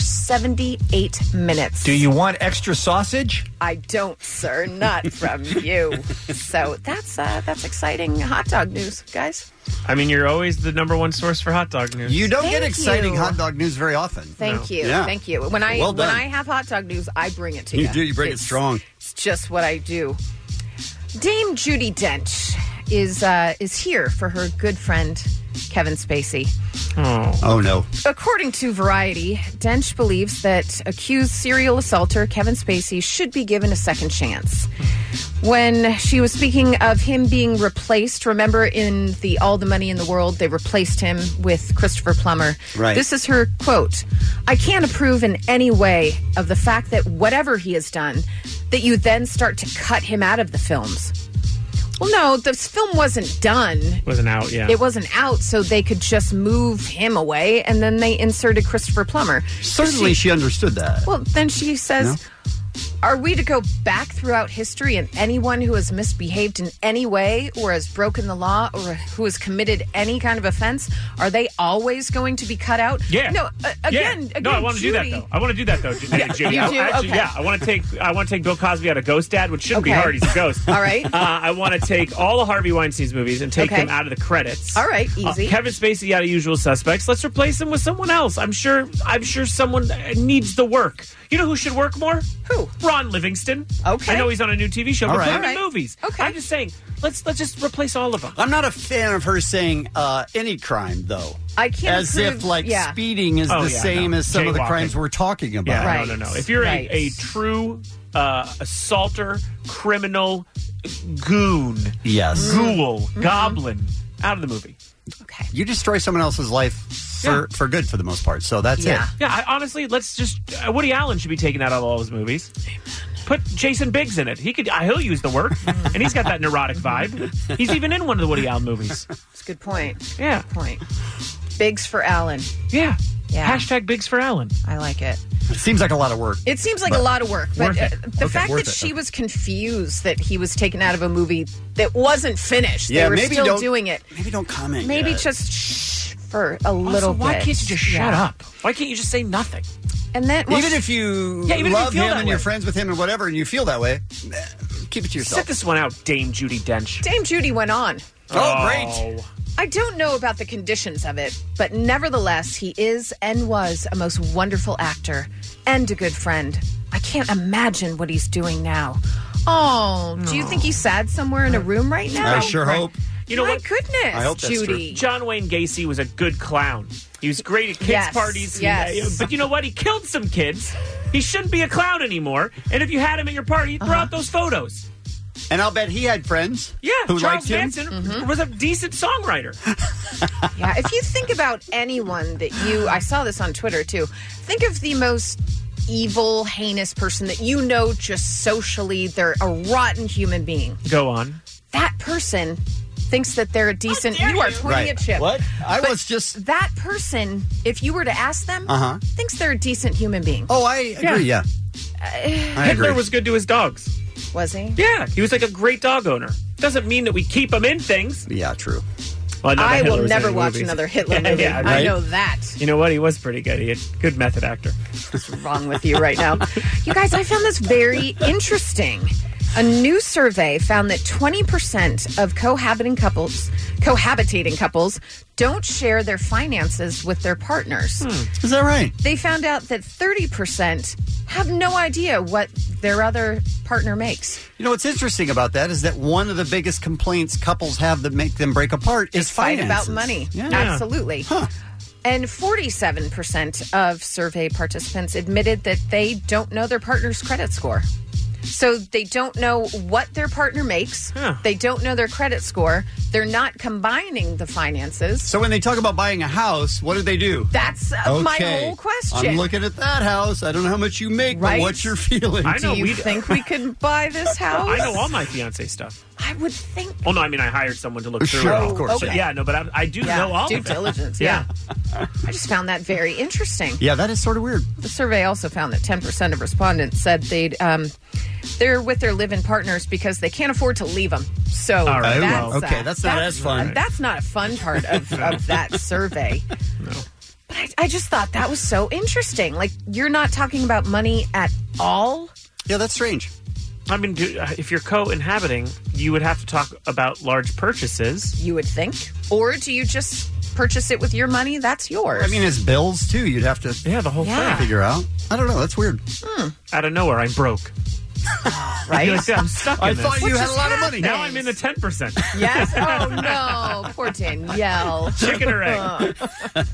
Speaker 4: 78 minutes.
Speaker 6: Do you want extra sausage?
Speaker 4: I don't, sir, not
Speaker 1: [laughs]
Speaker 4: from you. So that's uh, that's exciting hot dog news, guys.
Speaker 2: I mean, you're always the number one source for hot dog news.
Speaker 1: You don't
Speaker 4: Thank
Speaker 1: get exciting
Speaker 4: you.
Speaker 1: hot dog news very often.
Speaker 4: Thank you, thank you. When I
Speaker 1: Well
Speaker 4: when
Speaker 1: done.
Speaker 4: I have hot dog news, I bring it to you.
Speaker 1: You do. You bring it
Speaker 4: It's-
Speaker 1: strong.
Speaker 4: It's just what I do. Dame Judy Dench is uh, is here for her good friend Kevin Spacey.
Speaker 1: Oh. no.
Speaker 4: According to Variety, Dench believes that accused serial assaulter Kevin Spacey should be given a second chance. When she was speaking of him being replaced, remember in the All the Money in the World, they replaced him with Christopher Plummer.
Speaker 8: Right.
Speaker 4: This is her quote I can't approve in any way of the fact that whatever he has done, that you then start to cut him out of the films. Well, no, this film wasn't done.
Speaker 2: Wasn't out, yeah.
Speaker 4: It wasn't out, so they could just move him away, and then they inserted Christopher Plummer.
Speaker 1: Certainly, she understood that.
Speaker 4: Well, then she says, Are we to go back throughout history and anyone who has misbehaved in any way or has broken the law or who has committed any kind of offense, are they always going to be cut out?
Speaker 2: Yeah.
Speaker 4: No, uh, again,
Speaker 2: Yeah.
Speaker 4: again.
Speaker 2: No, I want to do that
Speaker 4: Judy-
Speaker 2: though. I want to do that though, Ju- Judy.
Speaker 4: you
Speaker 2: I,
Speaker 4: do?
Speaker 2: actually,
Speaker 4: Okay.
Speaker 2: Yeah, I want to take I want to take Bill Cosby out of Ghost Dad, which shouldn't be
Speaker 4: Okay.
Speaker 2: hard. He's a ghost.
Speaker 4: [laughs] All right.
Speaker 2: Uh, I want to take all of Harvey Weinstein's movies and take
Speaker 4: Okay.
Speaker 2: them out of the credits.
Speaker 4: All right,
Speaker 2: Uh,
Speaker 4: easy.
Speaker 2: Kevin Spacey out of Usual Suspects. Let's replace him with someone else. I'm sure. I'm sure someone uh, needs the work. You know who should work more?
Speaker 4: Who?
Speaker 2: Ron Livingston.
Speaker 4: Okay.
Speaker 2: I know he's on a new TV show,
Speaker 1: All
Speaker 2: but
Speaker 1: right.
Speaker 2: put him
Speaker 1: All
Speaker 2: in
Speaker 1: right.
Speaker 2: movies. Okay. I'm just saying. Let's let's just replace all of them.
Speaker 1: I'm not a fan of her saying uh, any crime, though.
Speaker 4: I can't
Speaker 1: As if
Speaker 4: approve-
Speaker 1: like
Speaker 4: yeah.
Speaker 1: speeding is
Speaker 2: Oh,
Speaker 1: the
Speaker 2: yeah,
Speaker 1: same
Speaker 2: no.
Speaker 1: as some of the
Speaker 2: Jaywalking.
Speaker 1: crimes we're talking about.
Speaker 2: Yeah, no, no, no. If you're a, a true uh, assaulter, criminal, goon,
Speaker 1: Yes.
Speaker 2: ghoul, goblin, out of the movie.
Speaker 1: you destroy someone else's life for, for good for the most part. So that's it.
Speaker 2: Yeah, I, honestly, let's just uh, Woody Allen should be taken out of all his movies. Put Jason Biggs in it. He could. Uh, he'll use the
Speaker 4: [laughs]
Speaker 2: work, and he's got that neurotic vibe. He's even in one of the Woody Allen movies.
Speaker 4: That's a good point.
Speaker 2: Yeah.
Speaker 4: Good point. Bigs for Allen.
Speaker 2: Yeah.
Speaker 4: Yeah.
Speaker 2: Hashtag Biggs for Allen.
Speaker 4: I like it.
Speaker 1: It seems like a lot of work.
Speaker 4: It seems like
Speaker 1: But-
Speaker 4: a lot of work, but
Speaker 1: Worth
Speaker 4: uh,
Speaker 1: it.
Speaker 4: the
Speaker 1: Okay,
Speaker 4: fact
Speaker 1: worth
Speaker 4: that
Speaker 1: it,
Speaker 4: she
Speaker 1: though.
Speaker 4: was confused that he was taken out of a movie that wasn't finished,
Speaker 1: Yeah,
Speaker 4: they were
Speaker 1: maybe
Speaker 4: still
Speaker 1: don't-
Speaker 4: doing it.
Speaker 1: Maybe don't comment.
Speaker 4: Maybe
Speaker 1: yet.
Speaker 4: just shh for a little bit.
Speaker 2: why can't you just shut
Speaker 4: Yeah.
Speaker 2: up? Why can't you just say nothing?
Speaker 4: And then well,
Speaker 1: even if you
Speaker 2: Yeah, even if you
Speaker 1: love
Speaker 2: feel
Speaker 1: him
Speaker 2: that
Speaker 1: and you're
Speaker 2: way.
Speaker 1: friends with him and whatever, and you feel that way, eh, keep it to yourself.
Speaker 2: Set this one out, Dame Judy Dench.
Speaker 4: Dame Judy went on.
Speaker 1: Oh, great.
Speaker 4: I don't know about the conditions of it, but nevertheless, he is and was a most wonderful actor and a good friend. I can't imagine what he's doing now. Oh, do you think he's sad somewhere in a room right now?
Speaker 2: You know
Speaker 4: My
Speaker 2: what?
Speaker 4: goodness, Judy.
Speaker 2: John Wayne Gacy was a good clown. He was great at kids'
Speaker 4: Yes,
Speaker 2: parties. He-
Speaker 4: yes.
Speaker 2: but you know what? He killed some
Speaker 4: Uh-huh.
Speaker 2: kids. He shouldn't be a clown anymore. And if you had him at your party, throw out those photos.
Speaker 1: And I'll bet he had friends.
Speaker 2: Yeah,
Speaker 1: who
Speaker 2: Charles
Speaker 1: liked him.
Speaker 2: Manson
Speaker 4: Mm-hmm.
Speaker 2: was a decent songwriter.
Speaker 4: [laughs] yeah, if you think about anyone that you, I saw this on Twitter too. Think of the most evil, heinous person that you know just socially. They're a rotten human being.
Speaker 2: Go on.
Speaker 4: That person thinks that they're a decent. You are pointing
Speaker 1: Right.
Speaker 4: at Chip.
Speaker 1: What? I was just
Speaker 4: that person. If you were to ask them,
Speaker 1: Uh-huh.
Speaker 4: thinks they're a decent human being. Uh,
Speaker 1: Oh, I agree. Yeah.
Speaker 2: Hitler was good to his dogs.
Speaker 4: Was
Speaker 1: [laughs]
Speaker 4: he?
Speaker 2: Yeah, he was like a great dog owner. Doesn't mean that we keep him in things.
Speaker 1: Yeah, true.
Speaker 2: Well, no, that
Speaker 4: I
Speaker 2: Hitler
Speaker 4: will
Speaker 2: was in
Speaker 4: never
Speaker 2: the
Speaker 4: watch
Speaker 2: movies.
Speaker 4: another
Speaker 2: [laughs]
Speaker 4: Hitler
Speaker 2: Yeah,
Speaker 4: movie.
Speaker 2: yeah,
Speaker 4: I
Speaker 2: right?
Speaker 4: know that.
Speaker 2: You know what? He was pretty good. He had good method actor. What's
Speaker 4: wrong with you right now? You guys, I found this very interesting. A new survey found that 20% of cohabiting couples, cohabitating couples, don't share their finances with their partners.
Speaker 1: Hmm. Is that right?
Speaker 4: They found out that 30% have no idea what their other partner makes.
Speaker 1: You know what's interesting about that is that one of the biggest complaints couples have that make them break apart is
Speaker 4: fight
Speaker 1: finances.
Speaker 4: about money.
Speaker 1: Yeah.
Speaker 4: Absolutely. And 47% of survey participants admitted that they don't know their partner's credit score. So they don't know what their partner makes. They don't know their credit score. They're not combining the finances.
Speaker 1: So when they talk about buying a house, what do they do?
Speaker 4: That's uh, my whole question.
Speaker 1: I'm looking at that house. I don't know how much you make,
Speaker 4: Right?
Speaker 1: but what's your feeling?
Speaker 2: I know
Speaker 4: Do you
Speaker 2: we'd-
Speaker 4: think we could buy this house?
Speaker 2: I know all
Speaker 1: Oh.
Speaker 2: my fiance stuff.
Speaker 4: I would think.
Speaker 2: Oh no, I mean I hired someone to look through.
Speaker 4: Sure,
Speaker 2: it all.
Speaker 4: of course,
Speaker 2: But
Speaker 4: yeah.
Speaker 2: yeah. no, but I, I do
Speaker 4: Yeah,
Speaker 2: know all
Speaker 4: due
Speaker 2: of it.
Speaker 4: diligence, yeah. I just found that very interesting.
Speaker 1: Yeah, that is sort of weird.
Speaker 4: The survey also found that 10% of respondents said they'd um, they're with their live-in partners because they can't afford to leave them. So
Speaker 1: All right,
Speaker 4: that's,
Speaker 2: Oh,
Speaker 1: well, okay,
Speaker 4: uh,
Speaker 1: that's not as fun.
Speaker 4: That's not a fun part of, of
Speaker 2: [laughs]
Speaker 4: that survey. But I, I just thought that was so interesting. Like you're not talking about money at all.
Speaker 1: Yeah, that's strange.
Speaker 2: I mean, do, uh, if you're co-inhabiting, you would have to talk about large purchases.
Speaker 4: You would think, or do you just purchase it with your money? That's yours.
Speaker 1: I mean, it's bills too. You'd have to
Speaker 2: yeah the whole
Speaker 4: Yeah. thing.
Speaker 1: figure out. I don't know. That's weird.
Speaker 2: Out of nowhere, I'm broke.
Speaker 4: Hmm, Right?
Speaker 2: You're like, [laughs] "Yeah, I'm stuck.
Speaker 1: I
Speaker 2: in this."
Speaker 1: thought you What had a just lot of money.
Speaker 2: Now I'm in the ten percent.
Speaker 4: Yes. Oh no, poor Danielle.
Speaker 2: Chicken
Speaker 4: [laughs]
Speaker 2: or
Speaker 4: Oh,
Speaker 2: egg?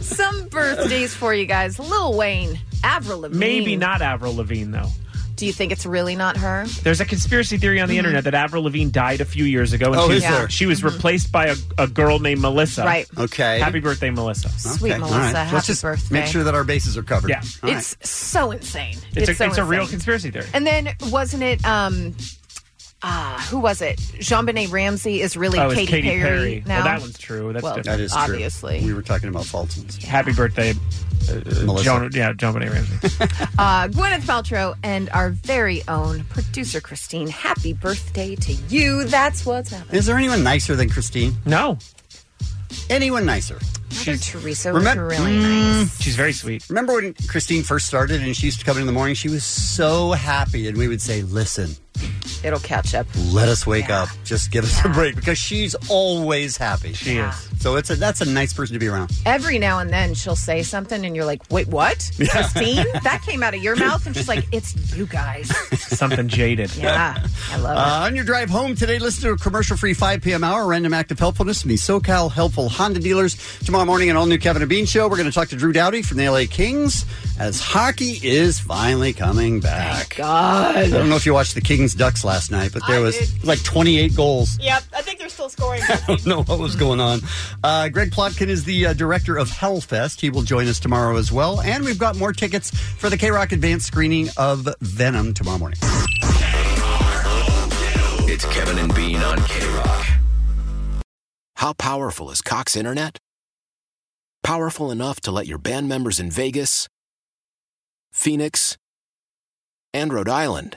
Speaker 4: Some birthdays for you guys. Lil Wayne, Avril Lavigne.
Speaker 2: Maybe not Avril Lavigne though.
Speaker 4: Do you think it's really not her?
Speaker 2: There's a conspiracy theory
Speaker 4: Mm-hmm.
Speaker 2: on the internet that Avril Lavigne died a few years ago, and
Speaker 1: Oh,
Speaker 2: she,
Speaker 1: is
Speaker 2: was,
Speaker 1: there?
Speaker 2: she was replaced by a, a girl named Melissa.
Speaker 4: Right.
Speaker 1: Okay.
Speaker 2: Happy birthday, Melissa.
Speaker 4: Sweet Melissa,
Speaker 1: all right.
Speaker 4: happy
Speaker 1: Let's just
Speaker 4: birthday.
Speaker 1: make sure that our bases are covered.
Speaker 2: Yeah.
Speaker 1: All right.
Speaker 4: It's so insane.
Speaker 2: It's, a,
Speaker 4: so
Speaker 2: it's a real
Speaker 4: insane.
Speaker 2: conspiracy theory.
Speaker 4: And then wasn't it um uh who was it? Jean Benet Ramsey is really
Speaker 2: Oh, it's
Speaker 4: Katy,
Speaker 2: Katy
Speaker 4: Perry,
Speaker 2: Perry.
Speaker 4: now.
Speaker 2: Well, that one's true. That's
Speaker 4: Well,
Speaker 2: different.
Speaker 4: That is true. obviously.
Speaker 1: We were talking about Fulton's.
Speaker 2: Happy birthday, uh,
Speaker 1: Melissa.
Speaker 2: Joan, yeah, John Bonet Ramsey.
Speaker 4: uh Gwyneth Paltrow and our very own producer Christine. Happy birthday to you. That's what's happening.
Speaker 1: Is there anyone nicer than Christine?
Speaker 2: No.
Speaker 1: Anyone nicer?
Speaker 4: Mother Teresa was
Speaker 1: Remem- Mm.
Speaker 4: really
Speaker 2: She's very sweet.
Speaker 1: Remember when Christine first started and she used to come in the morning? She was so happy, and we would say, Listen,
Speaker 4: It'll catch up.
Speaker 1: let us wake up. Just give us a break because she's always happy. She
Speaker 4: Yeah.
Speaker 1: is. So it's a, that's a nice person to be around.
Speaker 4: Every now and then she'll say something and you're like, wait, what?
Speaker 1: Yeah.
Speaker 4: Christine? That came out of your mouth? And she's like, it's you guys.
Speaker 1: [laughs]
Speaker 2: Something jaded.
Speaker 4: Yeah, I love it.
Speaker 1: Uh, on your drive home today, listen to a commercial-free 5 p.m. hour random act of helpfulness from the SoCal Helpful Honda Dealers. Tomorrow morning, an all-new Kevin and Bean show. We're going to talk to Drew Dowdy from the LA Kings as hockey is finally coming back.
Speaker 8: God.
Speaker 1: I don't know if you watched the Kings Ducks last night, but there
Speaker 8: I
Speaker 1: was
Speaker 8: did.
Speaker 1: like 28 goals. [laughs]
Speaker 8: Yep, I think they're still scoring.
Speaker 1: I don't know what was going on. Uh, Greg Plotkin is the uh, director of Hellfest. He will join us tomorrow as well. And we've got more tickets for the K Rock Advanced screening of Venom tomorrow morning.
Speaker 14: It's Kevin and Bean on K Rock.
Speaker 9: How powerful is Cox Internet? Powerful enough to let your band members in Vegas, Phoenix, and Rhode Island